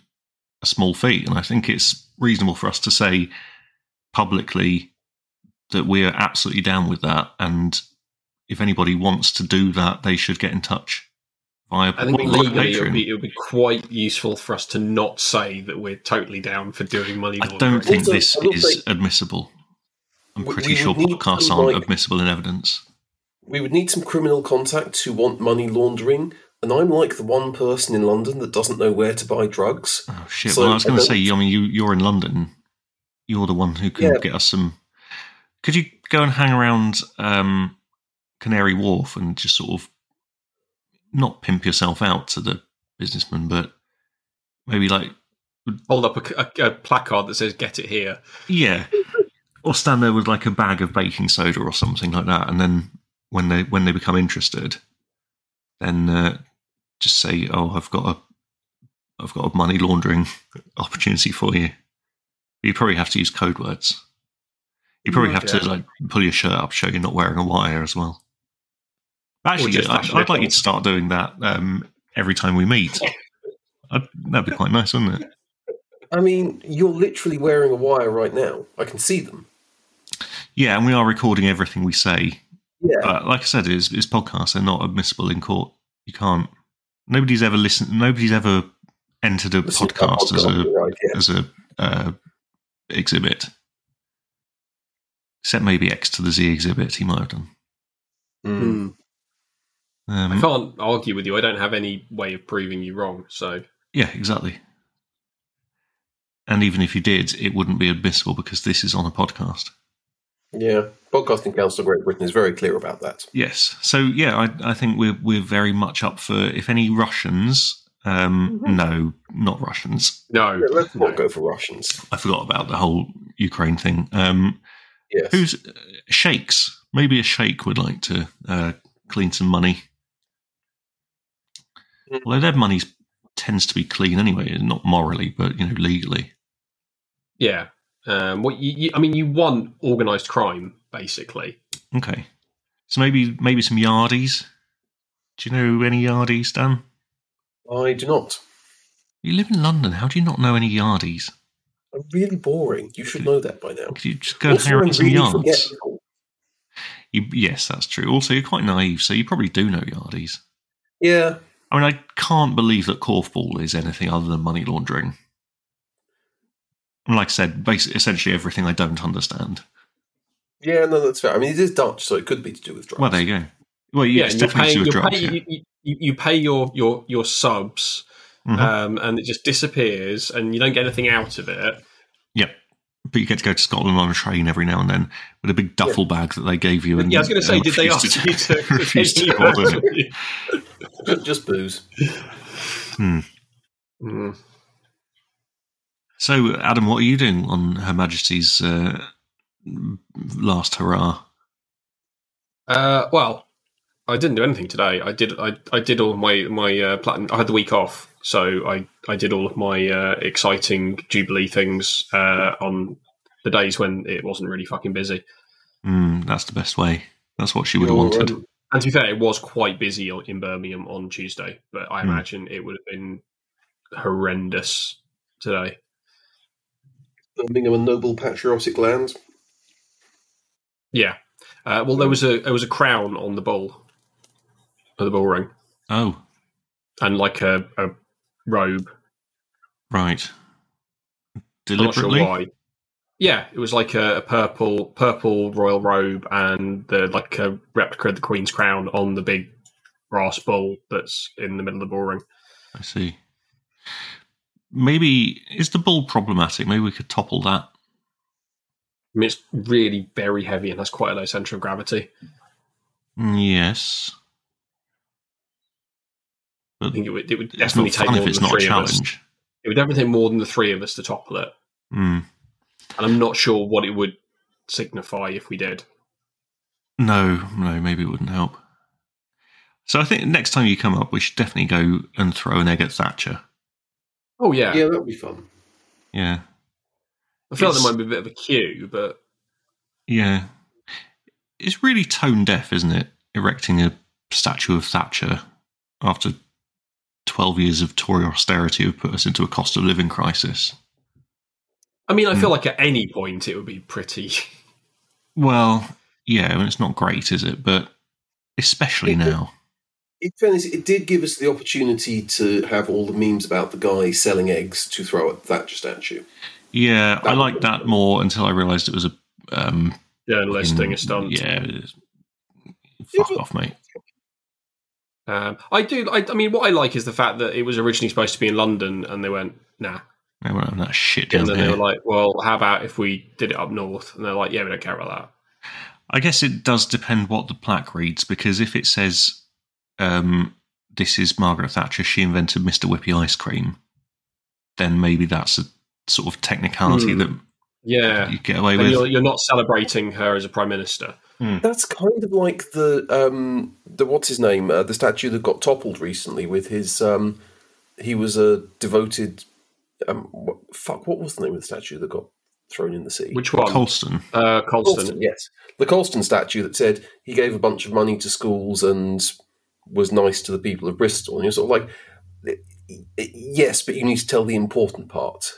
Speaker 2: a small fee. And I think it's reasonable for us to say publicly that we are absolutely down with that. And if anybody wants to do that, they should get in touch via
Speaker 1: I think
Speaker 2: well, via
Speaker 1: legally it would
Speaker 2: Patreon.
Speaker 1: be it would be quite useful for us to not say that we're totally down for doing money
Speaker 2: I
Speaker 1: laundering.
Speaker 2: don't think
Speaker 3: Also,
Speaker 2: this
Speaker 3: I will
Speaker 2: is
Speaker 3: say-
Speaker 2: admissible. I'm
Speaker 3: We-
Speaker 2: pretty
Speaker 3: we
Speaker 2: sure
Speaker 3: would need
Speaker 2: podcasts
Speaker 3: something
Speaker 2: aren't
Speaker 3: like-
Speaker 2: admissible in evidence.
Speaker 3: We would need some criminal contacts who want money laundering, and I'm like the one person in London that doesn't know where to buy drugs.
Speaker 2: Oh shit!
Speaker 3: So- uh,
Speaker 2: well, I was going
Speaker 3: I
Speaker 2: to
Speaker 3: don't-
Speaker 2: say, I mean, you you're in London. You're the one who can
Speaker 3: Yeah.
Speaker 2: get us some. Could you go and hang around um, Canary Wharf and just sort of not pimp yourself out to the businessman, but maybe like
Speaker 1: Hold up a, a- a placard that says "Get it here."
Speaker 2: yeah, or stand there with like a bag of baking soda or something like that, and then when they when they become interested, then uh, just say, "Oh, I've got a I've got a money laundering opportunity for you." You probably have to use code words. You probably have to
Speaker 1: Okay.
Speaker 2: like pull your shirt up, show you're not wearing a wire as well. Actually,
Speaker 1: just
Speaker 2: I,
Speaker 1: fashion
Speaker 2: I'd like you
Speaker 1: nipples.
Speaker 2: to start doing that um, every time we meet. I'd, that'd be quite nice, wouldn't it?
Speaker 3: I mean, you're literally wearing a wire right now. I can see them.
Speaker 2: Yeah, and we are recording everything we say
Speaker 3: Yeah.
Speaker 2: But like I said, it's, it's podcasts. They're not admissible in court. You can't. Nobody's ever listened. Nobody's ever entered a
Speaker 3: Listen to our
Speaker 2: podcast as
Speaker 3: podcast,
Speaker 2: a
Speaker 3: right, yeah.
Speaker 2: as a uh, exhibit, except maybe X to the Z exhibit. He might have done.
Speaker 3: Hmm.
Speaker 1: I
Speaker 2: Um,
Speaker 1: can't argue with you. I don't have any way of proving you wrong. So
Speaker 2: yeah, exactly. And even if you did, it wouldn't be admissible because this is on a podcast.
Speaker 3: Yeah. Podcasting Council of Great Britain is very clear about that.
Speaker 2: Yes. So yeah, I, I think we're we're very much up for if any Russians. Um, No, not Russians.
Speaker 1: no,
Speaker 3: Yeah, let's
Speaker 1: no.
Speaker 3: not go for Russians.
Speaker 2: I forgot about the whole Ukraine thing. Um,
Speaker 3: Yes.
Speaker 2: who's uh, sheikhs? Maybe a sheikh would like to uh, clean some money.
Speaker 3: Mm.
Speaker 2: Although their money tends to be clean anyway, not morally, but you know legally.
Speaker 1: yeah. Um, what you, you, I mean, you want organised crime basically.
Speaker 2: Okay, so maybe maybe some yardies. Do you know any yardies, Dan?
Speaker 3: I do not.
Speaker 2: You live in London. How do you not know any yardies?
Speaker 3: I'm really boring. You should know that by now.
Speaker 2: Could you just go and hang out
Speaker 3: I'm
Speaker 2: with some
Speaker 3: really
Speaker 2: yards?
Speaker 3: forgetful.
Speaker 2: You, yes, that's true. Also, you're quite naive, so you probably do know yardies.
Speaker 3: Yeah.
Speaker 2: I mean, I can't believe that Korfball is anything other than money laundering. And like I said, basically, essentially everything I don't understand.
Speaker 3: Yeah, no, that's fair. I mean, it is Dutch, so it could be to do with drugs.
Speaker 2: Well, there you go. Well, yeah, it's
Speaker 1: and you're paying,
Speaker 2: definitely to do
Speaker 1: you're
Speaker 2: with drugs.
Speaker 1: paying,
Speaker 2: yeah.
Speaker 1: you, you, you pay your your your subs,
Speaker 2: Mhm.
Speaker 1: um, and it just disappears, and you don't get anything out of it.
Speaker 2: Yep. But you get to go to Scotland on a train every now and then with a big duffel bag that they gave you. And,
Speaker 1: Yeah, I was going
Speaker 2: and
Speaker 1: to say, did they
Speaker 2: refused
Speaker 1: ask you to
Speaker 2: refused
Speaker 1: refuse
Speaker 2: to order.
Speaker 3: Ju- Just booze.
Speaker 1: Hmm.
Speaker 2: So, Adam, what are you doing on Her Majesty's uh, last hurrah?
Speaker 1: Uh, well, I didn't do anything today. I did. I, I did all my my uh, platinum. I had the week off, so I I did all of my uh, exciting jubilee things uh, on the days when it wasn't really fucking busy.
Speaker 2: Mm, that's the best way. That's what she would have
Speaker 3: You're,
Speaker 2: wanted.
Speaker 3: um,
Speaker 1: And to be fair, it was quite busy on- in Birmingham on Tuesday, but I
Speaker 2: Hmm.
Speaker 1: imagine it would have been horrendous today.
Speaker 3: Birmingham, a noble patriotic land.
Speaker 1: Yeah. Uh, well, there was a there was a crown on the bull, on the bull ring,
Speaker 2: Oh,
Speaker 1: and like a, a robe.
Speaker 2: right.
Speaker 1: I'm not sure
Speaker 2: Deliberately?
Speaker 1: why. Yeah, it was like a, a purple purple royal robe and the like a replica of the Queen's crown on the big brass bull that's in the middle of the bull ring.
Speaker 2: I see. Maybe is the bull problematic? Maybe we could topple that.
Speaker 1: I mean, it's really very heavy and has quite a low centre of gravity.
Speaker 2: Mm, Yes.
Speaker 1: I think it would, it would
Speaker 2: It's
Speaker 1: definitely
Speaker 2: not
Speaker 1: take
Speaker 2: fun
Speaker 1: more
Speaker 2: if
Speaker 1: than
Speaker 2: it's
Speaker 1: the
Speaker 2: not a
Speaker 1: three of us.
Speaker 2: challenge.
Speaker 1: It would definitely take more than the three of us to topple it,
Speaker 2: Mm.
Speaker 1: and I'm not sure what it would signify if we did.
Speaker 2: No, no, maybe it wouldn't help. So I think next time you come up, we should definitely go and throw an egg at Thatcher.
Speaker 1: Oh yeah,
Speaker 3: Yeah, that would be fun.
Speaker 2: Yeah.
Speaker 1: I feel like
Speaker 2: It's-
Speaker 1: there might be a bit of a queue, but
Speaker 2: Yeah. It's really tone deaf, isn't it? Erecting a statue of Thatcher after 12 years of Tory austerity have put us into a cost of living crisis.
Speaker 1: I mean, I feel
Speaker 2: Hmm.
Speaker 1: like at any point it would be pretty.
Speaker 2: Well, yeah, I mean, it's not great, is it? But especially now.
Speaker 3: In fairness, it did give us the opportunity to have all the memes about the guy selling eggs to throw at Thatcher statue.
Speaker 2: Yeah, I liked that more until I realised it was a. Um,
Speaker 1: Journalist doing a
Speaker 2: in-
Speaker 1: stunt.
Speaker 2: Yeah. it is- Fuck off, mate.
Speaker 1: Um, I do. I, I mean, what I like is the fact that it was originally supposed to be in London, and they went nah.
Speaker 2: They won't have that shit down
Speaker 1: And then they
Speaker 2: here.
Speaker 1: were like, "Well, how about if we did it up north?" And they're like, "Yeah, we don't care about that."
Speaker 2: I guess it does depend what the plaque reads, because if it says, um, "This is Margaret Thatcher. She invented Mr. Whippy ice cream," then maybe that's a sort of technicality
Speaker 1: Hmm.
Speaker 2: that
Speaker 1: Yeah,
Speaker 2: you get away
Speaker 1: and
Speaker 2: with.
Speaker 1: you're, you're not celebrating her as a prime minister.
Speaker 3: That's kind of like the um, the what's his name uh, the statue that got toppled recently with his um, he was a devoted um, what, fuck what was the name of the statue that got thrown in the sea?
Speaker 1: Which one?
Speaker 2: Colston.
Speaker 1: uh, Colston.
Speaker 3: Colston, yes, the Colston statue that said he gave a bunch of money to schools and was nice to the people of Bristol. And you're sort of like, yes, but you need to tell the important part.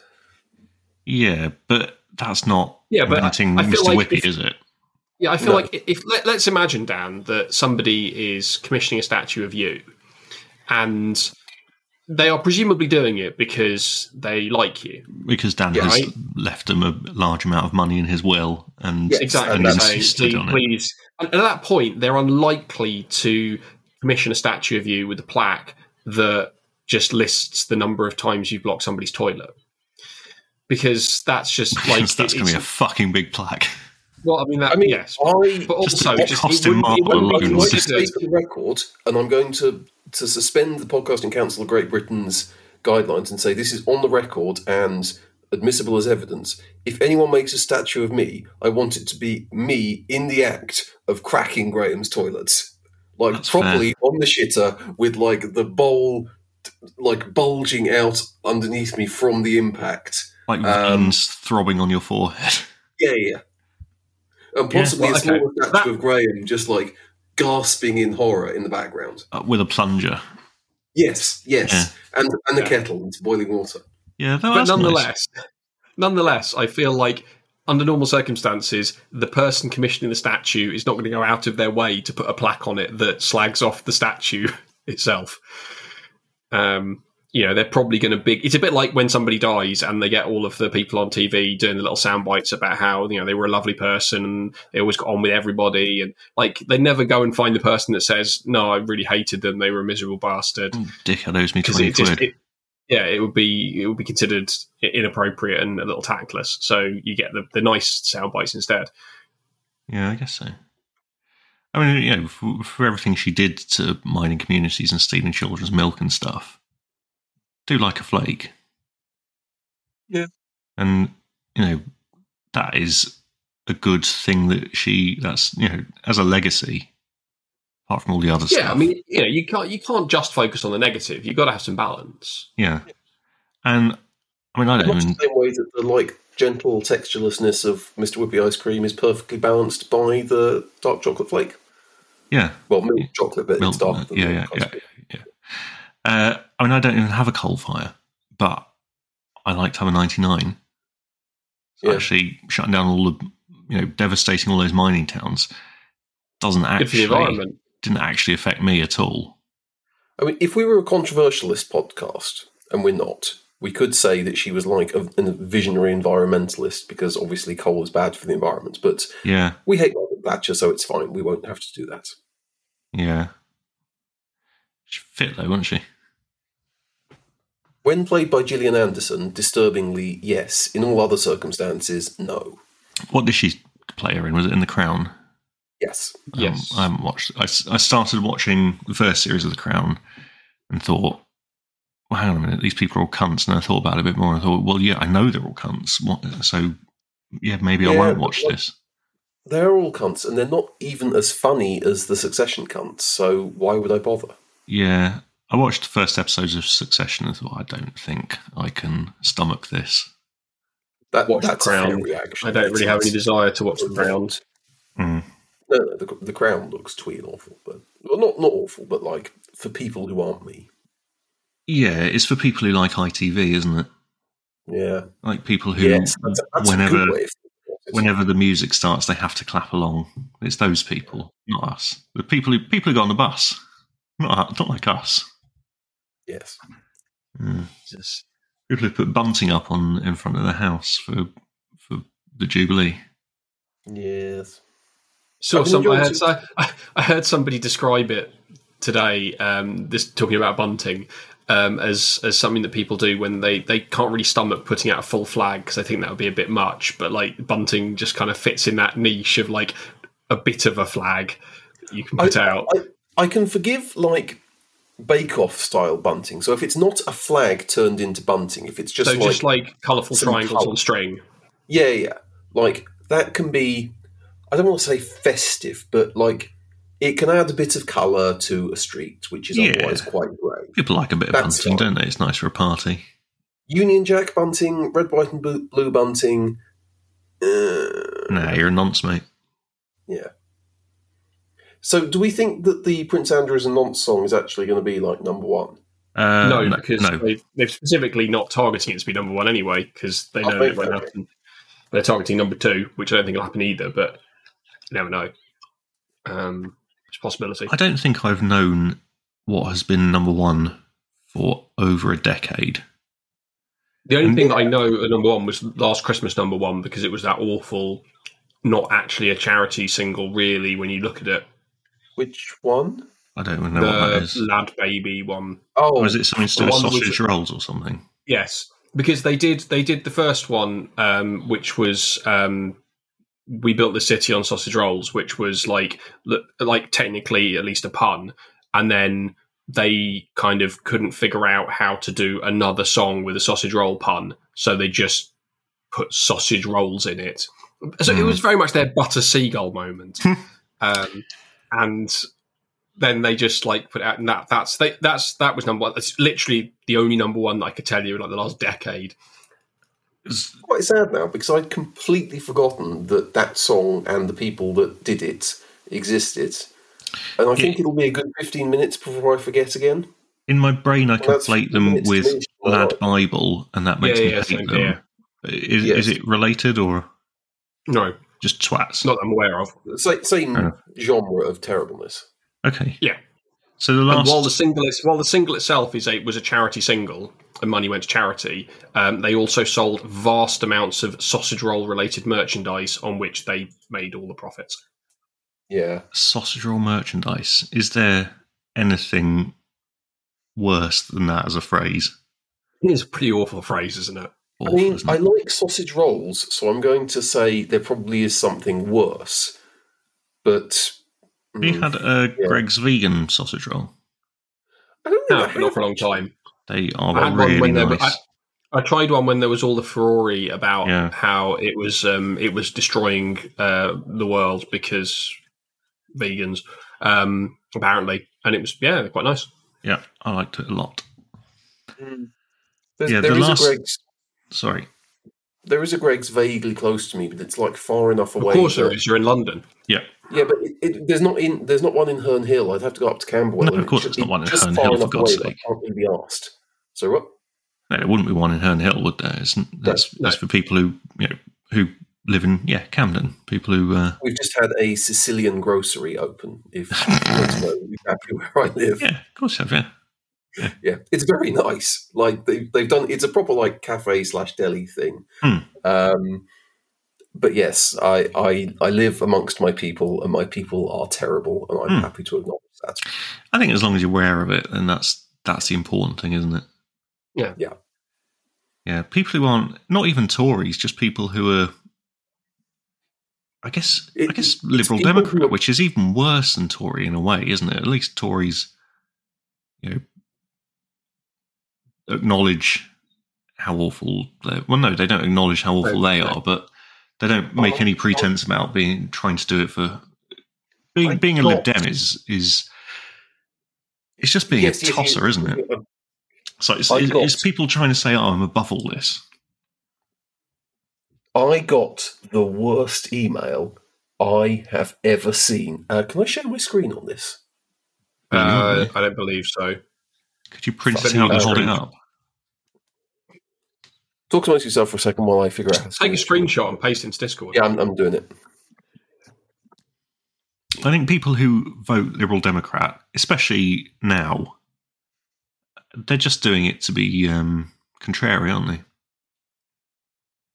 Speaker 2: Yeah, but that's not
Speaker 1: Yeah, but
Speaker 2: inventing
Speaker 1: I feel
Speaker 2: Mr.
Speaker 1: like
Speaker 2: Whippy,
Speaker 1: if-
Speaker 2: is it?
Speaker 1: Yeah, I feel
Speaker 3: No.
Speaker 1: like i- if let, let's imagine Dan that somebody is commissioning a statue of you, and they are presumably doing it because they like you.
Speaker 2: Because Dan
Speaker 3: Yeah,
Speaker 2: has
Speaker 1: I-
Speaker 2: left him a large amount of money in his will, and
Speaker 3: Yeah,
Speaker 1: exactly.
Speaker 2: and
Speaker 3: that's-
Speaker 1: So,
Speaker 2: insisted
Speaker 1: so
Speaker 2: on it.
Speaker 1: please, and at that point, they're unlikely to commission a statue of you with a plaque that just lists the number of times you blocked somebody's toilet, because that's just like
Speaker 2: Because that's
Speaker 1: it-
Speaker 2: going to be a
Speaker 1: it's-
Speaker 2: fucking big plaque.
Speaker 1: well, I mean, that,
Speaker 3: I mean,
Speaker 1: yes,
Speaker 3: I
Speaker 1: but also
Speaker 2: what
Speaker 1: just
Speaker 2: cost
Speaker 1: it
Speaker 2: in
Speaker 1: wouldn't, it
Speaker 2: marble
Speaker 1: wouldn't be
Speaker 3: I'm
Speaker 2: alone?
Speaker 3: going to
Speaker 1: considered.
Speaker 3: say for the record, and I'm going to, to suspend the Podcasting Council of Great Britain's guidelines and say this is on the record and admissible as evidence. If anyone makes a statue of me, I want it to be me in the act of cracking Graham's toilets. Like
Speaker 2: That's
Speaker 3: properly on the shitter with like the bowl t- like bulging out underneath me from the impact.
Speaker 2: Like
Speaker 3: Um,
Speaker 2: veins throbbing on your forehead.
Speaker 3: Yeah, yeah. And possibly
Speaker 1: well,
Speaker 3: a small
Speaker 1: okay.
Speaker 3: statue
Speaker 1: That-
Speaker 3: of Graham just like gasping in horror in the background.
Speaker 2: Uh, with a plunger.
Speaker 3: Yes, yes, and and the
Speaker 1: Yeah.
Speaker 3: kettle into boiling water.
Speaker 2: Yeah, though,
Speaker 1: but
Speaker 2: that's nice.
Speaker 1: nonetheless, nonetheless, I feel like under normal circumstances, the person commissioning the statue is not going to go out of their way to put a plaque on it that slags off the statue itself. Um, you know, they're probably going to big. It's a bit like when somebody dies and they get all of the people on TV doing the little sound bites about how you know they were a lovely person and they always got on with everybody, and like they never go and find the person that says, "No, I really hated them. They were a miserable bastard."
Speaker 2: Oh, Dickhead owes me
Speaker 1: because
Speaker 2: 20
Speaker 1: it just
Speaker 2: quid.
Speaker 1: it, yeah it would be it would be considered i- inappropriate and a little tactless so you get the, the nice sound bites instead
Speaker 2: yeah, I guess so. I mean, you know, for, for everything she did to mining communities and stealing children's milk and stuff, do like a flake.
Speaker 3: Yeah.
Speaker 2: And, you know, that is a good thing that she, that's, you know, as a legacy, apart from all the other
Speaker 1: yeah
Speaker 2: stuff.
Speaker 1: i mean you know you can't you can't just focus on the negative you've got to have some balance
Speaker 2: yeah. And, I mean, I don't
Speaker 3: Much
Speaker 2: even.
Speaker 3: the same way that the like gentle texturelessness of Mr. Whippy ice cream is perfectly balanced by the dark chocolate flake.
Speaker 2: Yeah.
Speaker 3: Well, milk chocolate, but it's
Speaker 2: Milk,
Speaker 3: darker than
Speaker 2: yeah,
Speaker 3: milk
Speaker 2: yeah,
Speaker 3: ice cream.
Speaker 2: Uh, I mean, I don't even have a coal fire, but I like to have a 99. So
Speaker 3: Yeah.
Speaker 2: Actually, shutting down all the, you know, devastating all those mining towns doesn't
Speaker 1: good for the
Speaker 2: actually
Speaker 1: environment
Speaker 2: didn't actually affect me at all.
Speaker 3: I mean, if we were a controversialist podcast, and we're not, we could say that she was like a, a visionary environmentalist because obviously coal is bad for the environment. But
Speaker 2: Yeah,
Speaker 3: we hate Margaret Thatcher, so it's fine. We won't have to do that.
Speaker 2: yeah. She's fit though, wasn't she?
Speaker 3: When played by Gillian Anderson, disturbingly yes. In all other circumstances, no.
Speaker 2: What did she play her in? Was it in The Crown?
Speaker 3: Yes.
Speaker 2: Um,
Speaker 1: yes
Speaker 2: I haven't watched. I, s- I started watching the first series of The Crown and thought, well, hang on a minute, these people are all cunts. And I thought about it a bit more and I thought, well, yeah, I know they're all cunts. What, so, yeah, maybe I
Speaker 3: Yeah,
Speaker 2: won't
Speaker 3: but
Speaker 2: watch
Speaker 3: what-
Speaker 2: this.
Speaker 3: They're all cunts, and they're not even as funny as the Succession cunts. So why would I bother?
Speaker 2: Yeah. I watched the first episodes of Succession and thought, I don't think I can stomach this.
Speaker 3: That,
Speaker 1: Watch The
Speaker 3: that's a fair
Speaker 1: Crown.
Speaker 3: reaction.
Speaker 1: I don't really have any
Speaker 3: It's-
Speaker 1: desire to watch the round.
Speaker 2: Mm.
Speaker 3: No, no, the, the Crown looks tween awful, but well, not not awful, but like for people who aren't me.
Speaker 2: Yeah, it's for people who like ITV, isn't it?
Speaker 3: Yeah,
Speaker 2: Like people who,
Speaker 3: yes, that's, that's a
Speaker 2: whenever
Speaker 3: good way. Of thinking about it.
Speaker 2: whenever the music starts, they have to clap along. It's those people, not us. The people who people who go on the bus, not not like us.
Speaker 3: yes,
Speaker 1: Hmm.
Speaker 2: Mm.
Speaker 1: Jesus.
Speaker 2: People who put bunting up on in front of the house for for the jubilee.
Speaker 3: yes,
Speaker 1: So
Speaker 3: I mean,
Speaker 1: some, I,
Speaker 3: yours
Speaker 1: heard,
Speaker 3: is-
Speaker 1: so- I, I heard somebody describe it today. Um, this talking about bunting um, as as something that people do when they they can't really stomach putting out a full flag because I think that would be a bit much. But like bunting just kind of fits in that niche of like a bit of a flag you can put out.
Speaker 3: I, I can forgive like Bake Off style bunting. So if it's not a flag turned into bunting, if it's just,
Speaker 1: so
Speaker 3: like,
Speaker 1: just like colourful
Speaker 3: some
Speaker 1: triangles
Speaker 3: colour.
Speaker 1: on string.
Speaker 3: yeah, yeah, like that can be. I don't want to say festive, but like it can add a bit of colour to a street, which is
Speaker 2: Yeah.
Speaker 3: otherwise quite grey.
Speaker 2: People like a bit of
Speaker 3: That's
Speaker 2: bunting,
Speaker 3: right.
Speaker 2: don't they? It's nice for a party.
Speaker 3: Union Jack bunting, red, white, and blue, blue bunting. Uh,
Speaker 2: Nah, you're a nonce, mate.
Speaker 3: yeah. So, do we think that the Prince Andrew is a nonce song is actually going to be like number one?
Speaker 2: Uh,
Speaker 1: no, because
Speaker 2: no.
Speaker 1: They, they're specifically not targeting it to be number one anyway because
Speaker 2: Oh,
Speaker 1: they
Speaker 3: I
Speaker 1: know
Speaker 3: think
Speaker 1: it won't
Speaker 3: so.
Speaker 1: happen. They're targeting number two, which I don't think will happen either. But you never know. Um, it's a possibility.
Speaker 2: I don't think I've known what has been number one for over a decade.
Speaker 1: The only thing that I know at number one was last Christmas number one because it was that awful, not actually a charity single really. When you look at it,
Speaker 3: Which one?
Speaker 2: I don't even know what that
Speaker 1: the
Speaker 2: is.
Speaker 1: Lad Baby one.
Speaker 3: Oh,
Speaker 2: Or is it something to do
Speaker 1: The
Speaker 2: with
Speaker 1: one with-
Speaker 2: sausage rolls or something?
Speaker 1: Yes, because they did they did the first one, um, which was um, we built the city on sausage rolls, which was like l- like technically at least a pun, and then they kind of couldn't figure out how to do another song with a sausage roll pun, so they just put sausage rolls in it. So it
Speaker 2: Hmm.
Speaker 1: was very much their butter seagull moment, um, and then they just like put out and that that's they, that's that was number one. That's literally the only number one that I could tell you in like the last decade.
Speaker 2: It's-
Speaker 3: quite sad now because I'd completely forgotten that that song and the people that did it existed. And I think it'll be a good 15 minutes before I forget again.
Speaker 2: In my brain, I
Speaker 3: Well, that's-
Speaker 2: conflate them
Speaker 3: it's
Speaker 2: with
Speaker 3: me.
Speaker 2: Lad Bible, and that makes
Speaker 1: Yeah,
Speaker 2: me
Speaker 1: yeah,
Speaker 2: hate
Speaker 1: same
Speaker 2: them.
Speaker 1: here.
Speaker 2: Is,
Speaker 3: Yes.
Speaker 2: is it related or
Speaker 1: No,
Speaker 2: just twats?
Speaker 1: not that I'm aware of.
Speaker 3: Sa- Same
Speaker 2: Fair
Speaker 3: genre of terribleness.
Speaker 2: okay.
Speaker 1: Yeah.
Speaker 2: So the
Speaker 1: And
Speaker 2: last
Speaker 1: while the single is, while the single itself is a was a charity single and money went to charity, um, they also sold vast amounts of sausage roll related merchandise on which they made all the profits.
Speaker 3: Yeah.
Speaker 2: sausage roll merchandise, is there anything worse than that as a phrase?
Speaker 1: It's a pretty awful phrase, isn't it?
Speaker 3: I
Speaker 2: Awful,
Speaker 3: mean,
Speaker 2: isn't
Speaker 3: I
Speaker 2: it?
Speaker 3: like sausage rolls, so I'm going to say there probably is something worse. But
Speaker 2: Have you
Speaker 3: mm,
Speaker 2: had a
Speaker 3: Yeah.
Speaker 2: Greg's vegan sausage roll?
Speaker 3: I don't know.
Speaker 1: No, but not for a long time.
Speaker 2: They
Speaker 1: I
Speaker 2: are
Speaker 1: had one
Speaker 2: really
Speaker 1: when there were-
Speaker 2: nice.
Speaker 1: I tried one when there was all the furore about
Speaker 2: Yeah.
Speaker 1: how it was um, it was destroying uh, the world because vegans um, apparently, and it was yeah quite nice.
Speaker 2: yeah, I liked it a lot.
Speaker 3: Mm. There's-
Speaker 2: Yeah,
Speaker 3: there
Speaker 2: the
Speaker 3: is
Speaker 2: last-
Speaker 3: a Greg's.
Speaker 2: Sorry.
Speaker 3: There is a Greg's vaguely close to me, but it's like far enough
Speaker 1: Of
Speaker 3: away.
Speaker 1: course there
Speaker 3: that-
Speaker 1: is. You're in London.
Speaker 2: Yeah.
Speaker 3: Yeah, but it, it, there's not in there's not one in Herne Hill. I'd have to go up to Camberwell.
Speaker 2: No,
Speaker 3: and
Speaker 2: of course
Speaker 3: it should
Speaker 2: there's not
Speaker 3: be
Speaker 2: one in
Speaker 3: just
Speaker 2: Herne
Speaker 3: far
Speaker 2: Hill, for
Speaker 3: enough
Speaker 2: God's
Speaker 3: away that I
Speaker 2: sake.
Speaker 3: Can't really be asked. So what?
Speaker 2: No, there wouldn't be one in Herne Hill, would there? It's, that's,
Speaker 1: No.
Speaker 2: that's for people who you know who live in yeah Camden. People who uh,
Speaker 3: We've just had a Sicilian grocery open. If you want to know exactly where I live,
Speaker 2: yeah, of course, have yeah.
Speaker 3: yeah, it's very nice. Like they they've done, it's a proper like cafe slash deli thing.
Speaker 2: Hmm.
Speaker 3: Um, but yes, I, I I live amongst my people, and my people are terrible, and I'm
Speaker 2: Hmm.
Speaker 3: happy to acknowledge that.
Speaker 2: I think as long as you're aware of it, then that's that's the important thing, isn't it?
Speaker 1: Yeah.
Speaker 3: Yeah.
Speaker 2: Yeah. People who aren't not even Tories, just people who are I guess I
Speaker 3: It-
Speaker 2: guess
Speaker 3: it's
Speaker 2: Liberal
Speaker 3: people who are-
Speaker 2: Democrat, which is even worse than Tory in a way, isn't it? At least Tories, you know, acknowledge how awful they well no, they don't acknowledge how awful they are, but they don't make any pretense about being trying to do it for being
Speaker 3: Like
Speaker 2: being a Lib
Speaker 3: not-
Speaker 2: Dem is is it's just being
Speaker 3: Yes,
Speaker 2: a
Speaker 3: yes,
Speaker 2: tosser,
Speaker 3: yes.
Speaker 2: isn't it? So it's,
Speaker 3: Like
Speaker 2: it's,
Speaker 3: not.
Speaker 2: it's people trying to say, "Oh, I'm above all this."
Speaker 3: I got the worst email I have ever seen. Uh, can I share my screen on this?
Speaker 1: Uh, I don't believe so.
Speaker 2: Could you print
Speaker 1: Fuck
Speaker 2: it out and hold it
Speaker 3: you.
Speaker 2: up?
Speaker 3: Talk amongst yourself for a second while I figure out. how to
Speaker 1: Take a
Speaker 3: do it.
Speaker 1: screenshot and paste it into Discord.
Speaker 3: Yeah, I'm, I'm doing it.
Speaker 2: I think people who vote Liberal Democrat, especially now, they're just doing it to be um, contrary, aren't they?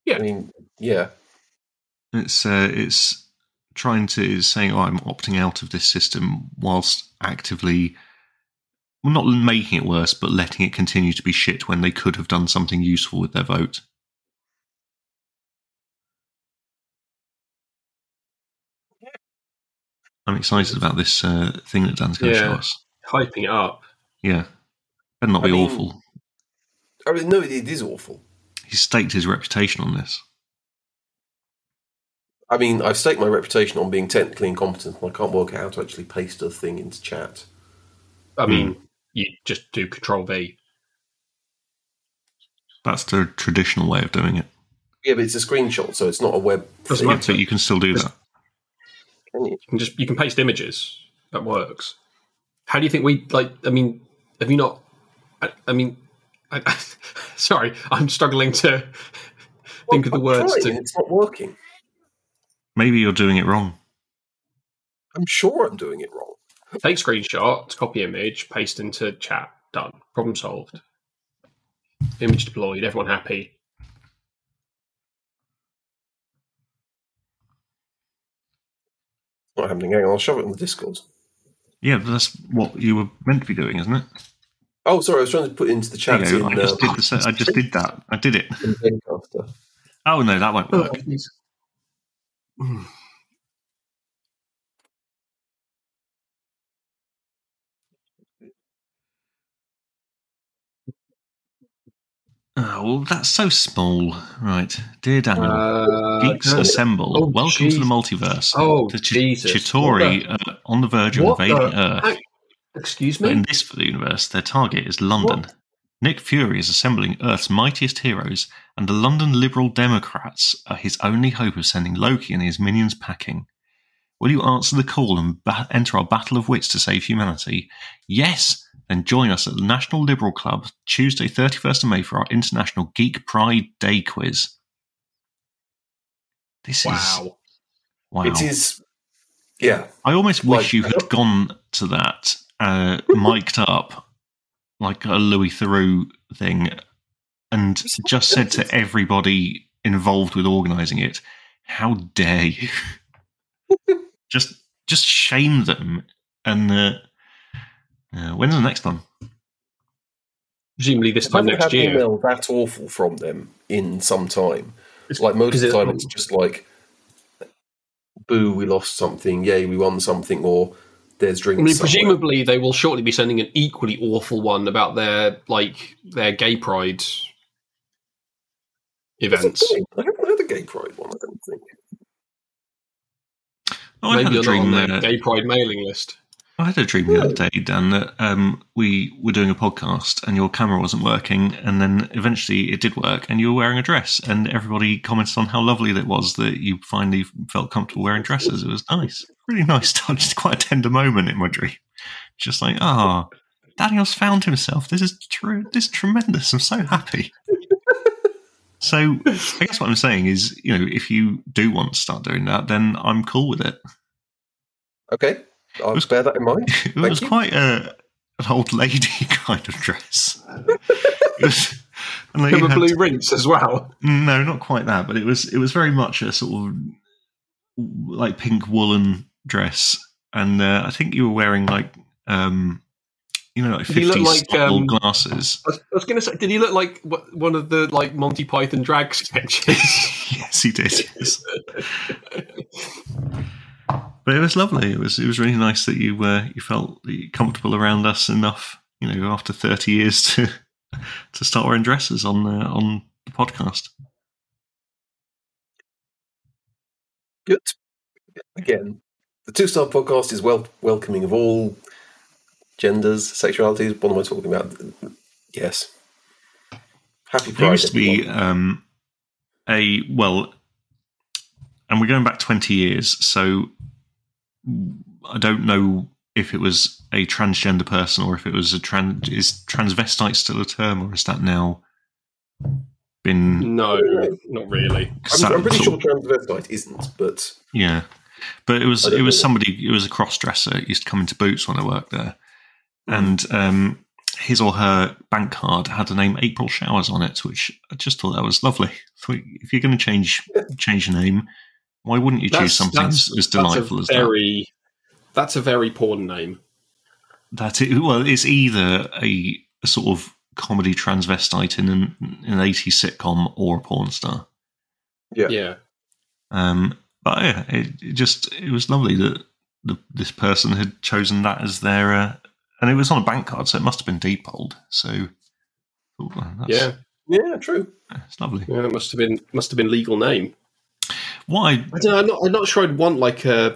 Speaker 1: Yeah.
Speaker 3: I mean, yeah.
Speaker 2: It's uh, it's trying to it's saying, "Oh, I'm opting out of this system," whilst actively, well, not making it worse, but letting it continue to be shit when they could have done something useful with their vote. I'm excited about this uh, thing that Dan's going to show
Speaker 1: Yeah.
Speaker 2: us.
Speaker 1: Hyping it up.
Speaker 2: Yeah, better not
Speaker 3: I
Speaker 2: be
Speaker 3: mean-
Speaker 2: awful.
Speaker 3: I mean, no, it, it is awful.
Speaker 2: He staked his reputation on this.
Speaker 3: I mean, I've staked my reputation on being technically incompetent, and I can't work out how to actually paste a thing into chat.
Speaker 1: I mean, you just do Control V.
Speaker 2: That's the traditional way of doing it.
Speaker 3: Yeah, but it's a screenshot, so it's not a web.
Speaker 1: Doesn't
Speaker 3: thing,
Speaker 1: matter.
Speaker 2: But you can still do
Speaker 1: It's-
Speaker 2: that.
Speaker 3: can you?
Speaker 1: You can just you can paste images. That works. How do you think we like? I mean, have you not? I, I mean, I, sorry, I'm struggling to think of the
Speaker 3: I'm
Speaker 1: words
Speaker 3: trying,
Speaker 1: to
Speaker 3: and it's not working.
Speaker 2: Maybe you're doing it wrong.
Speaker 3: I'm sure I'm doing it wrong.
Speaker 1: Take screenshot, copy image, paste into chat. Done. Problem solved. Image deployed. Everyone happy.
Speaker 3: It's not happening. Hang on, I'll shove it on the Discord.
Speaker 2: Yeah, but that's what you were meant to be doing, isn't it?
Speaker 3: Oh, sorry, I was trying to put into the
Speaker 2: There
Speaker 3: chat
Speaker 2: you go. I
Speaker 3: in,
Speaker 2: just
Speaker 3: um,
Speaker 2: did the se- I just did that. I did it.
Speaker 3: in Zencaster.
Speaker 2: Oh no, that won't work. Oh, well, that's so small. Right, dear Daniel,
Speaker 1: Uh,
Speaker 2: geeks
Speaker 1: no.
Speaker 2: assemble.
Speaker 1: Oh,
Speaker 2: Welcome to
Speaker 1: Jesus.
Speaker 2: the multiverse.
Speaker 1: Oh,
Speaker 2: the Chi-
Speaker 1: Jesus.
Speaker 2: Chitauri uh, on the verge of
Speaker 1: What the-
Speaker 2: invading Earth.
Speaker 1: Hang- Excuse
Speaker 2: But
Speaker 1: me?
Speaker 2: in this for the universe, their target is London. Nick Fury is assembling Earth's mightiest heroes, and the London Liberal Democrats are his only hope of sending Loki and his minions packing. Will you answer the call and ba- enter our battle of wits to save humanity? Yes! Then join us at the National Liberal Club Tuesday, 31st of May for our International Geek Pride Day quiz. This is
Speaker 1: Wow.
Speaker 2: wow.
Speaker 3: It is, yeah.
Speaker 2: I almost
Speaker 3: Like-
Speaker 2: wish you had gone to that uh, mic'd up like a Louis Theroux thing and just said to everybody involved with organising it, "How dare you!" just just shame them. And uh, uh, when's the next one?
Speaker 1: Presumably this
Speaker 3: I
Speaker 1: time
Speaker 3: haven't
Speaker 1: next
Speaker 3: had an
Speaker 1: year.
Speaker 3: email that awful from them in some time.
Speaker 1: It's-
Speaker 3: like most
Speaker 1: 'cause
Speaker 3: of the
Speaker 1: it-
Speaker 3: time, it's just like, "Boo, we lost something. Yay, we won something." Or there's drinks.
Speaker 1: I mean,
Speaker 3: somewhere.
Speaker 1: presumably they will shortly be sending an equally awful one about their like their gay pride
Speaker 3: That's the
Speaker 1: events.
Speaker 3: thing. I haven't had a gay pride one. I don't think.
Speaker 2: Oh, I
Speaker 1: Maybe
Speaker 2: had a
Speaker 1: you're not on
Speaker 2: dream.
Speaker 1: their
Speaker 2: uh,
Speaker 1: gay pride mailing list.
Speaker 2: I had a dream the other day, Dan, that um, we were doing a podcast and your camera wasn't working, and then eventually it did work, and you were wearing a dress, and everybody commented on how lovely that was that you finally felt comfortable wearing dresses. It was nice, really nice touch. It's quite a tender moment in my dream. Just like, ah, Daniel's found himself. This is true. This is tremendous. I'm so happy. so I guess what I'm saying is, you know, if you do want to start doing that, then I'm cool with it.
Speaker 3: Okay, I'll
Speaker 2: was-
Speaker 3: bear that in mind.
Speaker 2: It was
Speaker 3: you.
Speaker 2: quite a, an old lady kind of dress. It was- and they
Speaker 1: Have a
Speaker 2: had-
Speaker 1: blue rinse as well.
Speaker 2: no, not quite that, but it was it was very much a sort of like pink woolen dress, and uh, I think you were wearing like um, you know like
Speaker 1: Did he look
Speaker 2: fifties
Speaker 1: like, um,
Speaker 2: glasses.
Speaker 1: I was, I was going to say, did he look like wh- one of the like Monty Python drag sketches?
Speaker 2: yes, he did. Yes. but it was lovely. It was it was really nice that you uh, you felt that you were comfortable around us enough. You know, after thirty years to to start wearing dresses on the on the podcast.
Speaker 3: Good. Again, the Two Star Podcast is well welcoming of all genders, sexualities. What am I talking about? Yes. Happy Pride.
Speaker 2: There used to
Speaker 3: everyone.
Speaker 2: be um, a well and we're going back 20 years. So I don't know if it was a transgender person or if it was a trans. Is transvestite still a term, or is that now been?
Speaker 1: No, not really.
Speaker 2: Cause
Speaker 3: I'm,
Speaker 2: that
Speaker 3: I'm pretty sure
Speaker 2: sort of-
Speaker 3: transvestite isn't, but
Speaker 2: Yeah, but it was
Speaker 3: I don't
Speaker 2: it was
Speaker 3: know.
Speaker 2: somebody. It was a cross dresser. Used to come into Boots when I worked there, and um, his or her bank card had the name April Showers on it, which I just thought that was lovely. So if you're going to change change your name, why wouldn't you choose something as, as delightful
Speaker 1: that's
Speaker 2: as
Speaker 1: a
Speaker 2: that?
Speaker 1: very, That's a very porn name.
Speaker 2: That it, well, it's either a, a sort of comedy transvestite in an, an 80s sitcom or a porn star.
Speaker 3: yeah,
Speaker 1: Yeah.
Speaker 2: Um, but yeah, it, it just it was lovely that the, this person had chosen that as their, uh, and it was on a bank card, so it must have been deep hold. So, oh, well, that's,
Speaker 1: Yeah.
Speaker 3: yeah, true.
Speaker 2: it's lovely.
Speaker 1: Yeah, it must have been must have been legal name.
Speaker 2: Why?
Speaker 1: I don't know, I'm not I'm not sure I'd want like a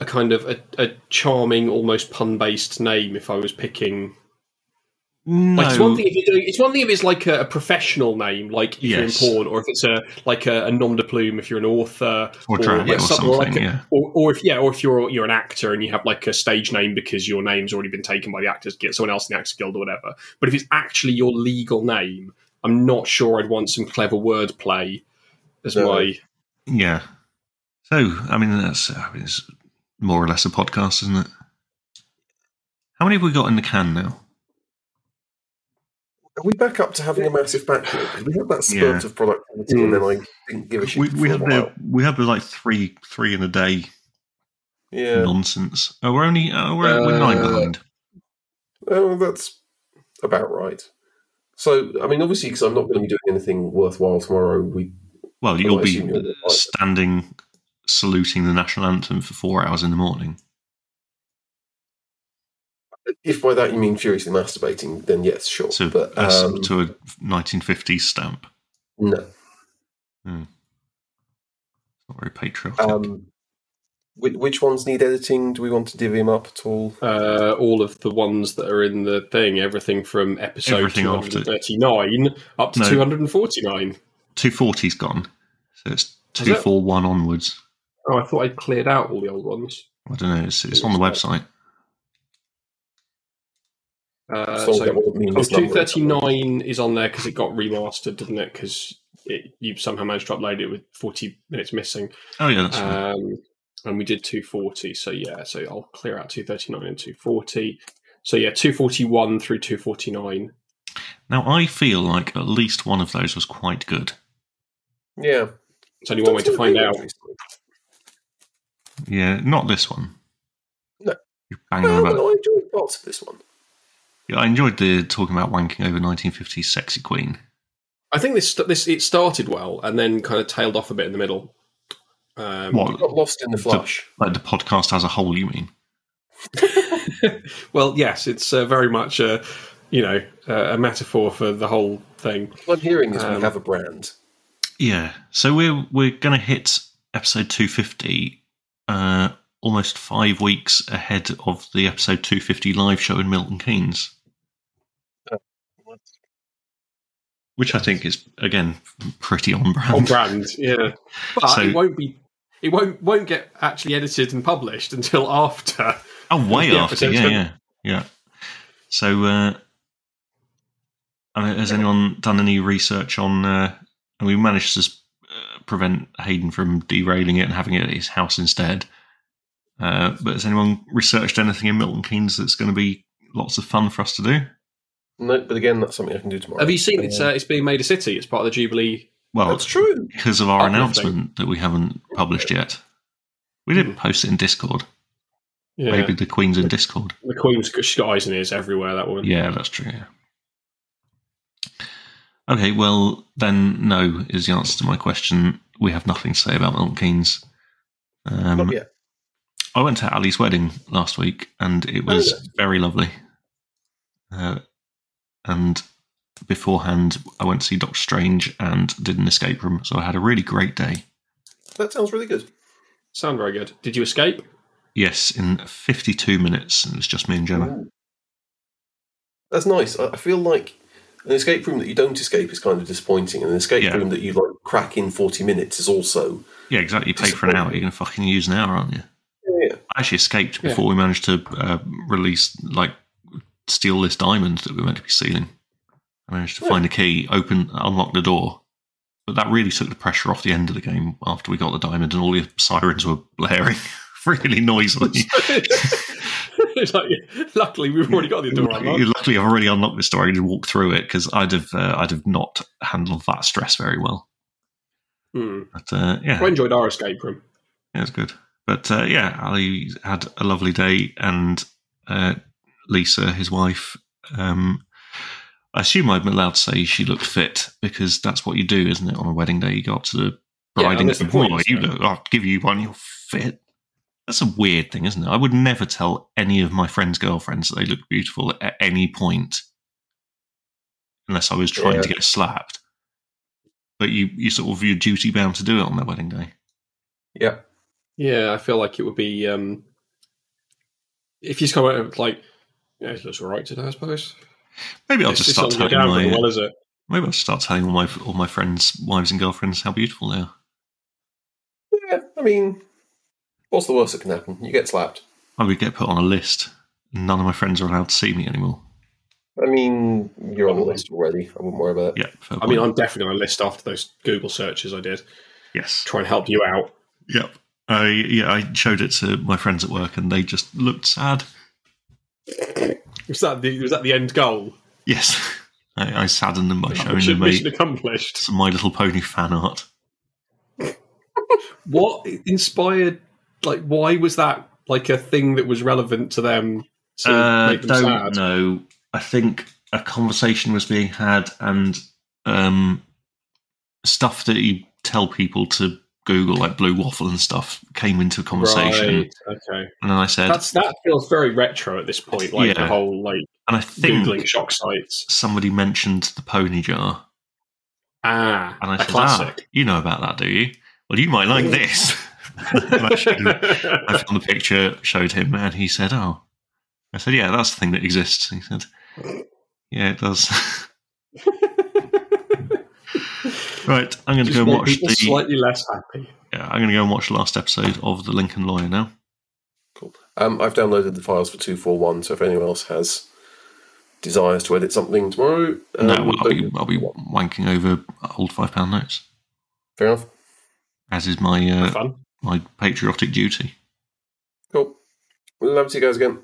Speaker 1: a kind of a, a charming, almost pun based name if I was picking
Speaker 2: No,
Speaker 1: Like it's one thing if you're doing, it's one thing if it's like a, a professional name, like if
Speaker 2: Yes.
Speaker 1: you're in porn, or if it's a like a, a nom de plume, if you're an author
Speaker 2: or drag
Speaker 1: like
Speaker 2: or
Speaker 1: some-
Speaker 2: something.
Speaker 1: like a-
Speaker 2: yeah,
Speaker 1: or, or if yeah, or if you're you're an actor and you have like a stage name because your name's already been taken by the Actors Guild, someone else in the Actors Guild or whatever. But if it's actually your legal name, I'm not sure I'd want some clever wordplay as
Speaker 3: No.
Speaker 1: my
Speaker 2: yeah. So, I mean, that's I mean, it's more or less a podcast, isn't it? How many have we got in the can now?
Speaker 3: Are we back up to having a massive backlog? 'Cause We had that spurt
Speaker 2: Yeah.
Speaker 3: of productivity, and then I didn't give a shit.
Speaker 2: We,
Speaker 3: for
Speaker 2: we
Speaker 3: a
Speaker 2: had
Speaker 3: while.
Speaker 2: the we had the like three three in a day
Speaker 3: yeah.
Speaker 2: nonsense. Oh, we're only oh, we're, we're nine
Speaker 3: Uh,
Speaker 2: behind.
Speaker 3: Oh, that's about right. So, I mean, obviously, because I'm not going to be doing anything worthwhile tomorrow. We
Speaker 2: Well, you'll
Speaker 3: I
Speaker 2: be
Speaker 3: assume you'll-
Speaker 2: standing saluting the national anthem for four hours in the morning.
Speaker 3: If by that you mean furiously masturbating, then yes, sure.
Speaker 2: To,
Speaker 3: but
Speaker 2: as-
Speaker 3: um,
Speaker 2: uh, to a 1950s stamp.
Speaker 3: no,
Speaker 2: Not very patriotic.
Speaker 3: um, which, which ones need editing? Do we want to divvy them up at all?
Speaker 1: uh, all of the ones that are in the thing, everything from episode
Speaker 2: Everything after.
Speaker 1: 239 up to
Speaker 2: No.
Speaker 1: 249.
Speaker 2: 240's gone. So it's
Speaker 1: Is it?
Speaker 2: 241 onwards.
Speaker 1: Oh, I thought I'd cleared out all the old ones.
Speaker 2: I don't know. It's, it's on the website.
Speaker 1: Uh,
Speaker 3: So
Speaker 1: so
Speaker 3: that wouldn't mean
Speaker 1: Oh,
Speaker 3: this number.
Speaker 1: 239 is on there because it got remastered, didn't it? Because you somehow managed to upload it with 40 minutes missing.
Speaker 2: Oh, yeah,
Speaker 3: Uh,
Speaker 2: that's right.
Speaker 1: Um, and we did 240. So, yeah, so I'll clear out 239 and 240. So, yeah, 241 through 249.
Speaker 2: Now, I feel like at least one of those was quite good.
Speaker 3: Yeah,
Speaker 1: It's only one way to find out.
Speaker 3: Obviously.
Speaker 2: Yeah, not this one.
Speaker 3: No.
Speaker 2: You're banging on
Speaker 3: Well,
Speaker 2: about.
Speaker 3: I enjoyed parts of this one.
Speaker 2: Yeah, I enjoyed the talking about wanking over 1950s sexy queen.
Speaker 1: I think this this it started well and then kind of tailed off a bit in the middle. Um,
Speaker 3: I
Speaker 2: What?
Speaker 3: got lost in the flush.
Speaker 2: Like the podcast as a whole, you mean?
Speaker 1: Well, yes, it's uh, very much a you know a a metaphor for the whole thing.
Speaker 3: What I'm hearing is
Speaker 1: Um,
Speaker 3: we have a brand.
Speaker 2: Yeah. So we're we're gonna hit episode two fifty uh almost five weeks ahead of the episode two fifty live show in Milton Keynes. Which I think is again pretty on brand.
Speaker 1: on brand. Yeah, but
Speaker 2: So-
Speaker 1: it won't be. It won't won't get actually edited and published until after.
Speaker 2: Oh way
Speaker 1: Yeah,
Speaker 2: after, yeah,
Speaker 1: potential.
Speaker 2: yeah. Yeah. So uh I mean, has anyone done any research on uh and we managed to uh, prevent Hayden from derailing it and having it at his house instead. Uh, but has anyone researched anything in Milton Keynes that's going to be lots of fun for us to do?
Speaker 3: No, but again, that's something I can do tomorrow.
Speaker 1: Have you seen it's uh, it's being made a city? It's part of the Jubilee.
Speaker 2: Well,
Speaker 3: That's true.
Speaker 2: because of our
Speaker 1: Uplifting.
Speaker 2: announcement that we haven't published yet. We did post it in Discord.
Speaker 1: Yeah,
Speaker 2: Maybe the Queen's in Discord.
Speaker 1: the Queen's got- she's got eyes and ears everywhere. That woman.
Speaker 2: Yeah, that's true. Yeah. Okay, well then, no is the answer to my question. We have nothing to say about Milton Keynes. Um,
Speaker 3: Not yet.
Speaker 2: I went to Ali's wedding last week, and it was
Speaker 3: Oh,
Speaker 2: very lovely. Uh, and beforehand, I went to see Doctor Strange and did an escape room, so I had a really great day.
Speaker 3: That sounds really good.
Speaker 1: sound very good. Did you escape?
Speaker 2: Yes, in
Speaker 3: Oh.
Speaker 2: fifty-two minutes, and it was just me and Gemma.
Speaker 3: That's nice. I I feel like An escape room that you don't escape is kind of disappointing, and an escape
Speaker 2: Yeah.
Speaker 3: room that you like crack in forty minutes is also
Speaker 2: Yeah, exactly. You pay for an hour, you're going to fucking use an hour, aren't you?
Speaker 3: yeah.
Speaker 2: I actually escaped
Speaker 1: Yeah.
Speaker 2: before we managed to uh, release, like, steal this diamond that we were meant to be stealing. I managed to find a key, open, unlock the door. But that really took the pressure off the end of the game after we got the diamond and all the sirens were blaring really noisily.
Speaker 1: It's like, luckily, we've already got the door unlocked.
Speaker 2: Luckily, I've already unlocked this door. I can just walk through it because I'd have uh, I'd have not handled that stress very well.
Speaker 1: Mm.
Speaker 2: But uh, yeah,
Speaker 1: I enjoyed our escape room.
Speaker 2: Yeah, it's good. But uh, yeah, Ali had a lovely day, and uh, Lisa, his wife, um, I assume I'm allowed to say she looked fit because that's what you do, isn't it? On a wedding day, you go up to the
Speaker 1: Yeah,
Speaker 2: bride
Speaker 1: and
Speaker 2: and
Speaker 1: that's
Speaker 2: go,
Speaker 1: the point,
Speaker 2: "Oh, you
Speaker 1: so-
Speaker 2: look, I'll give you one, you're fit. That's a weird thing, isn't it? I would never tell any of my friends' girlfriends that they look beautiful at any point unless I was trying
Speaker 3: Yeah.
Speaker 2: to get slapped. But you, you sort of, you're duty bound to do it on their wedding day.
Speaker 3: yeah.
Speaker 1: Yeah, I feel like it would be um, if you just come out and like, yeah, it looks all right today, I suppose.
Speaker 2: Maybe I'll
Speaker 1: It's- it's
Speaker 2: just start
Speaker 1: not gonna
Speaker 2: telling
Speaker 1: go down
Speaker 2: my
Speaker 1: very well, is it?
Speaker 2: maybe I'll just start telling all my all my friends, wives and girlfriends how beautiful they are.
Speaker 3: Yeah, I mean, what's the worst that can happen? You get slapped.
Speaker 2: I would get put on a list. None of my friends are allowed to see me anymore.
Speaker 3: I mean, you're on the list already. I wouldn't worry about it.
Speaker 2: Yeah, fair
Speaker 1: I mean,
Speaker 2: point.
Speaker 1: I'm definitely going to list after those Google searches I did.
Speaker 2: yes,
Speaker 1: Try and help you out.
Speaker 2: yep. I yeah, I showed it to my friends at work, and they just looked sad.
Speaker 1: Was that the was that the end goal?
Speaker 2: Yes, I, I saddened them by showing
Speaker 1: Mission,
Speaker 2: them my,
Speaker 1: mission accomplished.
Speaker 2: some My Little Pony fan art.
Speaker 1: What inspired? Like, why was that like a thing that was relevant to them to make them sad?
Speaker 2: Uh, know. I think a conversation was being had, and um, stuff that you tell people to Google, like blue waffle and stuff, came into conversation.
Speaker 1: Right. Okay.
Speaker 2: And then I said,
Speaker 1: That's that feels very retro at this point. Like
Speaker 2: Yeah.
Speaker 1: the whole like
Speaker 2: and I think
Speaker 1: googling shock sites.
Speaker 2: somebody mentioned the pony jar.
Speaker 1: Ah,
Speaker 2: And I
Speaker 1: a
Speaker 2: said,
Speaker 1: classic.
Speaker 2: ah, you know about that, do you? Well, you might like this. and I, showed him, I found the picture, showed him, and he said, oh. I said, yeah, that's the thing that exists. He said, yeah, it does. right, I'm going to
Speaker 1: Just
Speaker 2: go and
Speaker 1: make
Speaker 2: watch
Speaker 1: people
Speaker 2: the.
Speaker 1: slightly less happy.
Speaker 2: yeah, I'm going to go and watch the last episode of the Lincoln Lawyer now.
Speaker 3: Um, I've downloaded the files for two four one. So if anyone else has desires to edit something tomorrow,
Speaker 1: Uh,
Speaker 3: um,
Speaker 2: no, well, I'll be,
Speaker 3: don't-
Speaker 2: I'll be wanking over old five pound notes,
Speaker 3: fair enough.
Speaker 2: as is my uh,
Speaker 1: Fun.
Speaker 2: my patriotic duty.
Speaker 3: Cool. Love to see you guys again.